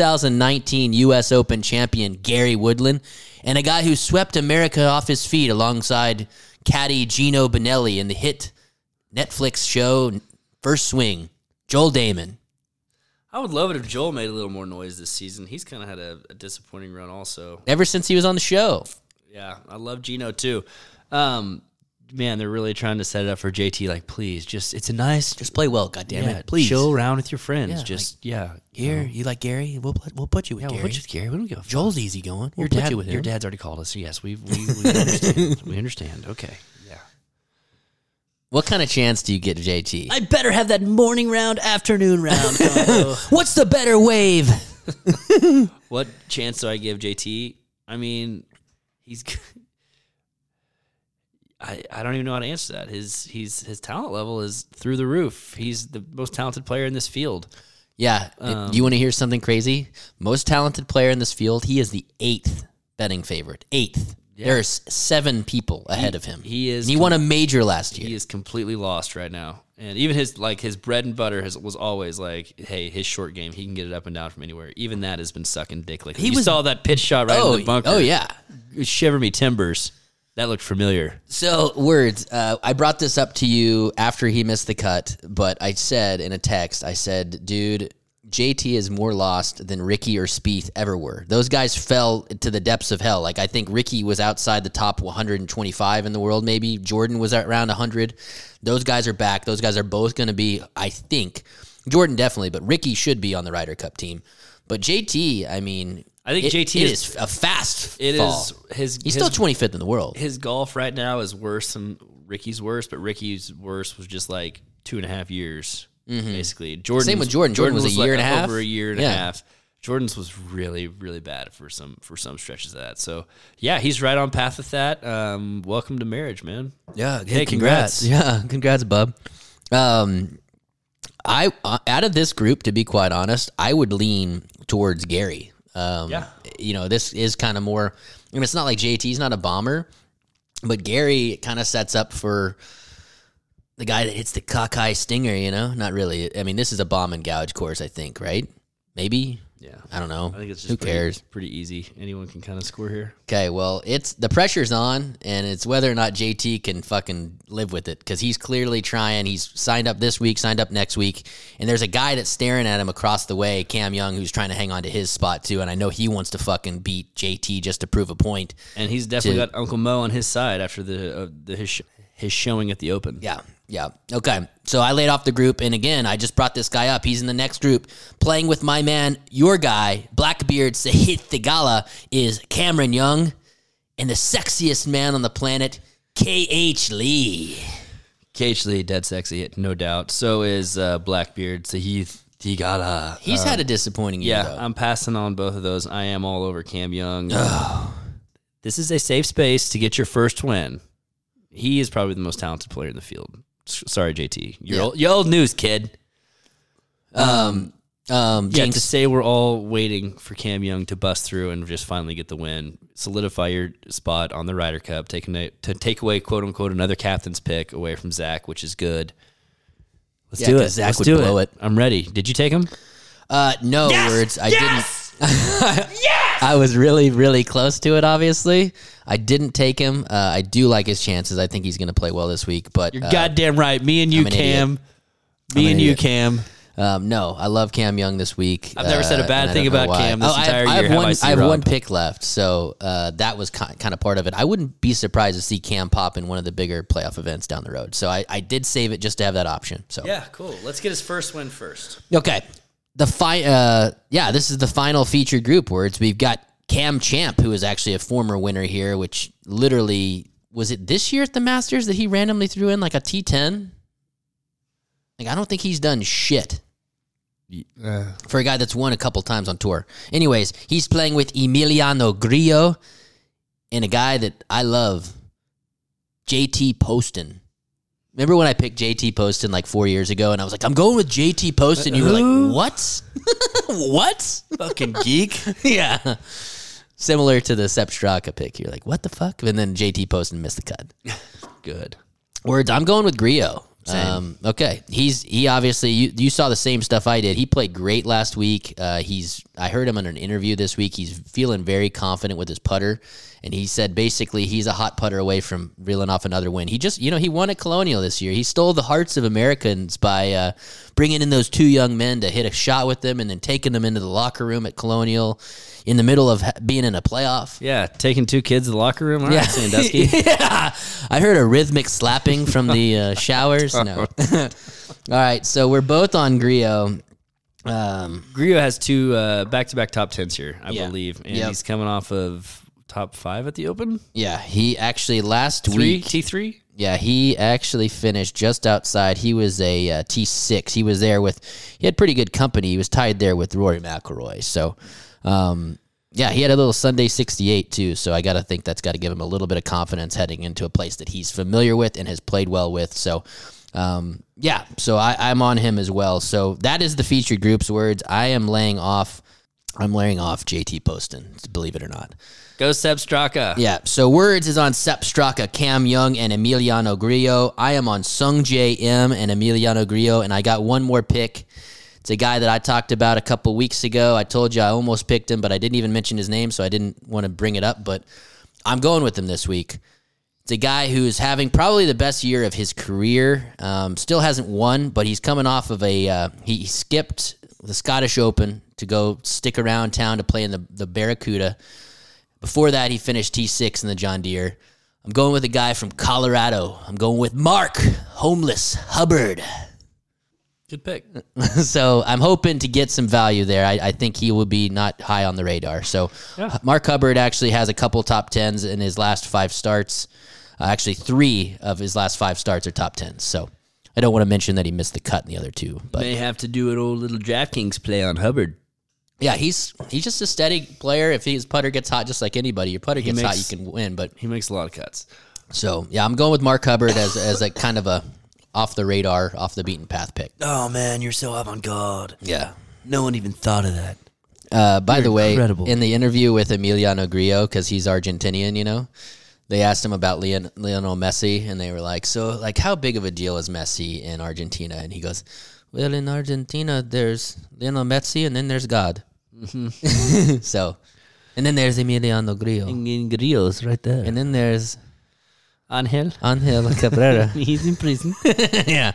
[SPEAKER 7] 2019 U.S. Open champion, Gary Woodland, and a guy who swept America off his feet alongside caddy Gino Benelli in the hit Netflix show First Swing, Joel Damon.
[SPEAKER 6] I would love it if Joel made a little more noise this season. He's kind of had a, a disappointing run, also.
[SPEAKER 7] Ever since he was on the show,
[SPEAKER 6] Yeah, I love Gino too. Um, man, they're really trying to set it up for JT. Like, please, just it's a nice,
[SPEAKER 7] just play well, goddamn
[SPEAKER 6] yeah,
[SPEAKER 7] it, please.
[SPEAKER 6] chill around with your friends.
[SPEAKER 7] Yeah,
[SPEAKER 6] just yeah,
[SPEAKER 7] Here, you like Gary? We'll put, we'll put you with
[SPEAKER 6] yeah.
[SPEAKER 7] Gary.
[SPEAKER 6] We'll put you with Gary. We don't give a fuck.
[SPEAKER 7] Joel's easy going.
[SPEAKER 6] We'll
[SPEAKER 7] Your
[SPEAKER 6] put
[SPEAKER 7] dad,
[SPEAKER 6] you with
[SPEAKER 7] your
[SPEAKER 6] him.
[SPEAKER 7] dad.
[SPEAKER 6] dad's already called us. Yes, we we, we understand. we understand. Okay. Yeah.
[SPEAKER 7] What kind of chance do you get, JT?
[SPEAKER 6] I better have that morning round, afternoon round. Oh.
[SPEAKER 7] What's the better wave?
[SPEAKER 6] what chance do I give JT? I mean, he's. g- I, I don't even know how to answer that. His he's his talent level is through the roof. He's the most talented player in this field.
[SPEAKER 7] Yeah.
[SPEAKER 6] Um.
[SPEAKER 7] do you want to hear something crazy? Most talented player in this field. He is the eighth betting favorite. Eighth. There's seven people ahead of him.
[SPEAKER 6] he is
[SPEAKER 7] And he won a major last year.
[SPEAKER 6] He is completely lost right now. And even his like his bread and butter has, was always like, hey, his short game, he can get it up and down from anywhere. Even that has been sucking dick. Like he you
[SPEAKER 7] was-
[SPEAKER 6] saw that pitch shot right
[SPEAKER 7] oh,
[SPEAKER 6] in the bunker.
[SPEAKER 7] oh yeah.
[SPEAKER 6] shiver me timbers. That looked familiar.
[SPEAKER 7] So words. Uh, I brought this up to you after he missed the cut, but I said in a text, I said, "Dude, JT is more lost than Ricky or Spieth ever were. Those guys fell to the depths of hell. Like I think Ricky was outside the top 125 in the world. Maybe Jordan was at around 100. Those guys are back. Those guys are both going to be. I think Jordan definitely, but Ricky should be on the Ryder Cup team. But JT, I mean,
[SPEAKER 6] I think
[SPEAKER 7] it-
[SPEAKER 6] JT
[SPEAKER 7] it
[SPEAKER 6] is-
[SPEAKER 7] is a fast.
[SPEAKER 6] It is
[SPEAKER 7] fall.
[SPEAKER 6] his his,
[SPEAKER 7] He's still 25th in the world.
[SPEAKER 6] his golf right now is worse than Ricky's worst, but Ricky's worst was just like two and a half years basically. Jordan
[SPEAKER 7] Mm-hmm. Same with Jordan. Jordan was a year and a half.
[SPEAKER 6] over a year and a
[SPEAKER 7] Yeah.
[SPEAKER 6] half. Jordan's was really really bad for some for some stretches of that. So yeah, he's right on path with that. Um, welcome to marriage, man.
[SPEAKER 7] Yeah.
[SPEAKER 6] Hey, congrats.
[SPEAKER 7] Yeah. Congrats, bub. Um, I uh, out of this group, to be quite honest, I would lean towards Gary. Um,
[SPEAKER 6] Yeah.
[SPEAKER 7] You know, this is kind of more. I mean, it's not like JT's not a bomber, but Gary kind of sets up for the guy that hits the cockeye stinger. You know, not really. I mean, this is a bomb and gouge course, I think, right? Maybe.
[SPEAKER 6] Yeah.
[SPEAKER 7] I don't know.
[SPEAKER 6] I think it's just
[SPEAKER 7] who
[SPEAKER 6] pretty,
[SPEAKER 7] cares.
[SPEAKER 6] pretty easy. Anyone can kind of score here.
[SPEAKER 7] Okay, well, it's the pressure's on, and it's whether or not JT can fucking live with it because he's clearly trying. He's signed up this week, signed up next week, and there's a guy that's staring at him across the way, Cam Young, who's trying to hang on to his spot too. And I know he wants to fucking beat JT just to prove a point.
[SPEAKER 6] And he's definitely
[SPEAKER 7] Dude.
[SPEAKER 6] got Uncle Mo on his side after the uh, the his, sh- his showing at the Open.
[SPEAKER 7] Yeah, yeah. Okay, so I laid off the group, and again, I just brought this guy up. He's in the next group playing with my man, your guy, Blackbeard Sahith Thigala, is Cameron Young, and the sexiest man on the planet, K.H. Lee.
[SPEAKER 6] KH Lee, dead sexy, no doubt. So is uh, Blackbeard. So he he got a
[SPEAKER 7] He's had a disappointing year,
[SPEAKER 6] yeah. Um,
[SPEAKER 7] though.
[SPEAKER 6] I'm passing on both of those. I am all over Cam Young. this is a safe space to get your first win. He is probably the most talented player in the field. S- Sorry, JT, you're
[SPEAKER 7] Yeah.
[SPEAKER 6] old, you're old news, kid.
[SPEAKER 7] um,
[SPEAKER 6] Yeah,
[SPEAKER 7] Jinx,
[SPEAKER 6] to say we're all waiting for Cam Young to bust through and just finally get the win, solidify your spot on the Ryder Cup, taking it to take away quote unquote another captain's pick away from Zach, which is good. Let's
[SPEAKER 7] Yeah,
[SPEAKER 6] do
[SPEAKER 7] 'cause
[SPEAKER 6] it.
[SPEAKER 7] Zach
[SPEAKER 6] Let's
[SPEAKER 7] would
[SPEAKER 6] do
[SPEAKER 7] blow it.
[SPEAKER 6] I'm ready. Did you take him?
[SPEAKER 7] uh, no words. I didn't. yes! I was really, really close to it. Obviously, I didn't take him. Uh, I do like his chances. I think he's going to play well this week. But
[SPEAKER 6] You're
[SPEAKER 7] uh,
[SPEAKER 6] goddamn right. Me and you,
[SPEAKER 7] I'm an idiot.
[SPEAKER 6] Cam. Me
[SPEAKER 7] an
[SPEAKER 6] and you,
[SPEAKER 7] idiot.
[SPEAKER 6] Cam.
[SPEAKER 7] um, no, I love Cam Young this week.
[SPEAKER 6] I've never said a
[SPEAKER 7] uh,
[SPEAKER 6] bad
[SPEAKER 7] and I
[SPEAKER 6] thing
[SPEAKER 7] don't know
[SPEAKER 6] about
[SPEAKER 7] why.
[SPEAKER 6] Cam this
[SPEAKER 7] I have-
[SPEAKER 6] entire
[SPEAKER 7] I have
[SPEAKER 6] year. Have I
[SPEAKER 7] one,
[SPEAKER 6] seen
[SPEAKER 7] have one
[SPEAKER 6] Rob?
[SPEAKER 7] pick left, so uh, that was kind, kind of part of it. I wouldn't be surprised to see Cam pop in one of the bigger playoff events down the road. So I, I did save it just to have that option. So
[SPEAKER 6] Yeah, cool. Let's get his first win first.
[SPEAKER 7] Okay. The fi- uh yeah, this is the final featured group where it's we've got Cam Champ, who is actually a former winner here, which literally was it this year at the Masters that he randomly threw in like a T ten? Like I don't think he's done shit. for a guy that's won a couple times on tour. Anyways, he's playing with Emiliano Grillo and a guy that I love, JT Poston. Remember when I picked JT Poston like four years ago and I was like, I'm going with JT Poston. You were like, what? what?
[SPEAKER 6] Fucking geek.
[SPEAKER 7] yeah. similar to the Sepp Straka pick. You're like, what the fuck? And then JT Poston missed the cut.
[SPEAKER 6] Good.
[SPEAKER 7] Words. I'm going with Griot. Um, okay, he's he obviously you, you saw the same stuff I did. He played great last week. Uh, he's I heard him on an interview this week. He's feeling very confident with his putter, and he said basically he's a hot putter away from reeling off another win. He just you know he won at Colonial this year. He stole the hearts of Americans by uh, bringing in those two young men to hit a shot with them, and then taking them into the locker room at Colonial in the middle of ha- being in a playoff.
[SPEAKER 6] Yeah, taking two kids to the locker room. All right, Sandusky.
[SPEAKER 7] yeah. I heard a rhythmic slapping from the uh, showers. No. All right. So we're both on Griot. Um,
[SPEAKER 6] Griot has two uh, back-to-back top tens here, I
[SPEAKER 7] Yeah.
[SPEAKER 6] believe, and
[SPEAKER 7] Yep.
[SPEAKER 6] he's coming off of top five at the Open.
[SPEAKER 7] yeah. He actually last
[SPEAKER 6] Three
[SPEAKER 7] week.
[SPEAKER 6] T three.
[SPEAKER 7] Yeah. He actually finished just outside. He was a uh, T6. He was there with, he had pretty good company. He was tied there with Rory McIlroy. So, um, yeah, he had a little Sunday 68 too, so I got to think that's got to give him a little bit of confidence heading into a place that he's familiar with and has played well with. So, um, yeah, so I, I'm on him as well. So that is the featured group's words. I am laying off. I'm laying off JT Poston, believe it or not.
[SPEAKER 6] Go Seb Straka.
[SPEAKER 7] Yeah. So words is on Sep Straka, Cam Young, and Emiliano Grillo. I am on Sung J M and Emiliano Grillo, and I got one more pick. It's a guy that I talked about a couple weeks ago. I told you I almost picked him, but I didn't even mention his name, so I didn't want to bring it up. But I'm going with him this week. It's a guy who is having probably the best year of his career. Um, still hasn't won, but he's coming off of a uh, he skipped the Scottish Open to go stick around town to play in the the Barracuda. Before that, he finished T6 in the John Deere. I'm going with a guy from Colorado. I'm going with Mark Homeless Hubbard.
[SPEAKER 6] Good pick.
[SPEAKER 7] so I'm hoping to get some value there. I, I think he will be not high on the radar. So Mark Hubbard actually has a couple top tens in his last five starts. Uh, actually, three of his last five starts are top tens. So I don't want to mention that he missed the cut in the other two, but
[SPEAKER 6] May have to do an old little DraftKings play on Hubbard.
[SPEAKER 7] yeah, he's he's just a steady player. If his putter gets hot, just like anybody, your putter gets hot,
[SPEAKER 6] makes-
[SPEAKER 7] you can win. But
[SPEAKER 6] He makes a lot of cuts.
[SPEAKER 7] So yeah, I'm going with Mark Hubbard as as a kind of a off the radar, off the beaten path pick.
[SPEAKER 6] Oh man, you're so avant garde.
[SPEAKER 7] Yeah.
[SPEAKER 6] No one even thought of that.
[SPEAKER 7] Uh, by the way,
[SPEAKER 6] incredible.
[SPEAKER 7] in the interview with Emiliano Grillo, because he's Argentinian, you know, they asked him about Leon, Lionel Messi, and they were like, "So, like, how big of a deal is Messi in Argentina?" And he goes, "Well, in Argentina, there's Lionel Messi, and then there's God.
[SPEAKER 6] Mm-hmm.
[SPEAKER 7] so, and then there's Emiliano Grillo,
[SPEAKER 6] Grillo's right there.
[SPEAKER 7] and then there's
[SPEAKER 6] Angel,
[SPEAKER 7] Angel Cabrera."
[SPEAKER 6] he's in prison.
[SPEAKER 7] yeah.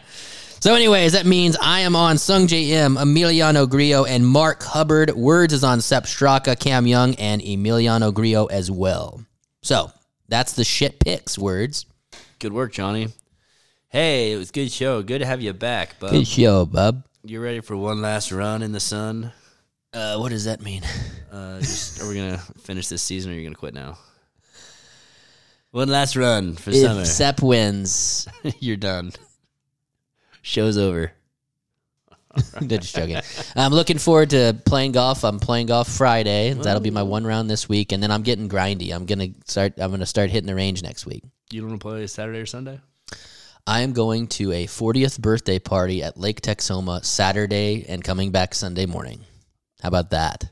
[SPEAKER 7] So, anyways, that means I am on Sung J M, Emiliano Grillo, and Mark Hubbard. Words is on Sep Straka, Cam Young, and Emiliano Grillo as well. So that's the shit picks. Words.
[SPEAKER 6] good work, Johnny. Hey, it was good show. Good to have you back, bub.
[SPEAKER 7] Good show, bub.
[SPEAKER 6] You ready for one last run in the sun?
[SPEAKER 7] Uh, what does that mean?
[SPEAKER 6] Uh, just, are we gonna finish this season, or are you gonna quit now? One last run for summer.
[SPEAKER 7] If Sep wins,
[SPEAKER 6] You're done. Show's over.
[SPEAKER 7] No, just joking. I'm looking forward to playing golf. I'm playing golf Friday. That'll be my one round this week, and then I'm getting grindy. I'm gonna start. I'm gonna start hitting the range next week.
[SPEAKER 6] You don't wanna play Saturday or Sunday?
[SPEAKER 7] I am going to a 40th birthday party at Lake Texoma Saturday and coming back Sunday morning. How about that?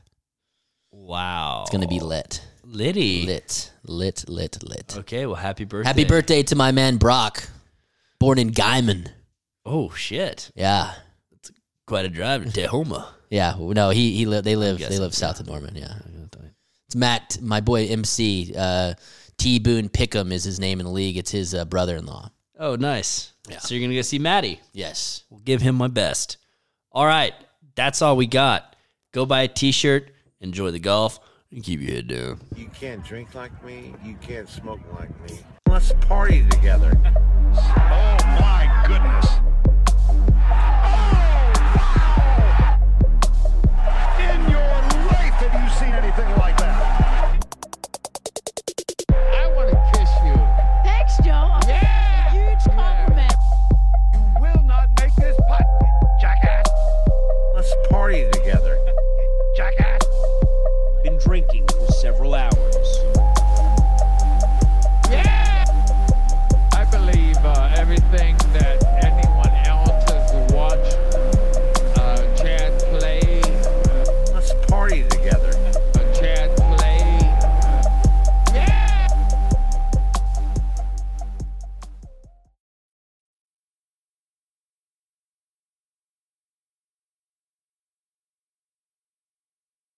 [SPEAKER 6] Wow,
[SPEAKER 7] It's going to be lit.
[SPEAKER 6] Liddy.
[SPEAKER 7] Lit, lit, lit, lit.
[SPEAKER 6] Okay, well, happy birthday.
[SPEAKER 7] Happy birthday to my man Brock, born in Guyman.
[SPEAKER 6] Oh shit,
[SPEAKER 7] Yeah.
[SPEAKER 6] quite a drive to Tahoma.
[SPEAKER 7] Yeah, well, no, he he li- they live they
[SPEAKER 6] guessing,
[SPEAKER 7] live south of Norman. Yeah, it's Matt, my boy MC uh, T Boone Pickham is his name in the league. It's his uh, brother-in-law.
[SPEAKER 6] Oh, nice. So you're gonna go see Maddie.
[SPEAKER 7] Yes,
[SPEAKER 6] We'll give him my best. All right, that's all we got. Go buy a t-shirt, enjoy the golf, and keep your head down.
[SPEAKER 1] You can't drink like me. You can't smoke like me. Let's party together.
[SPEAKER 2] Oh my goodness.
[SPEAKER 3] uh, uh, uh,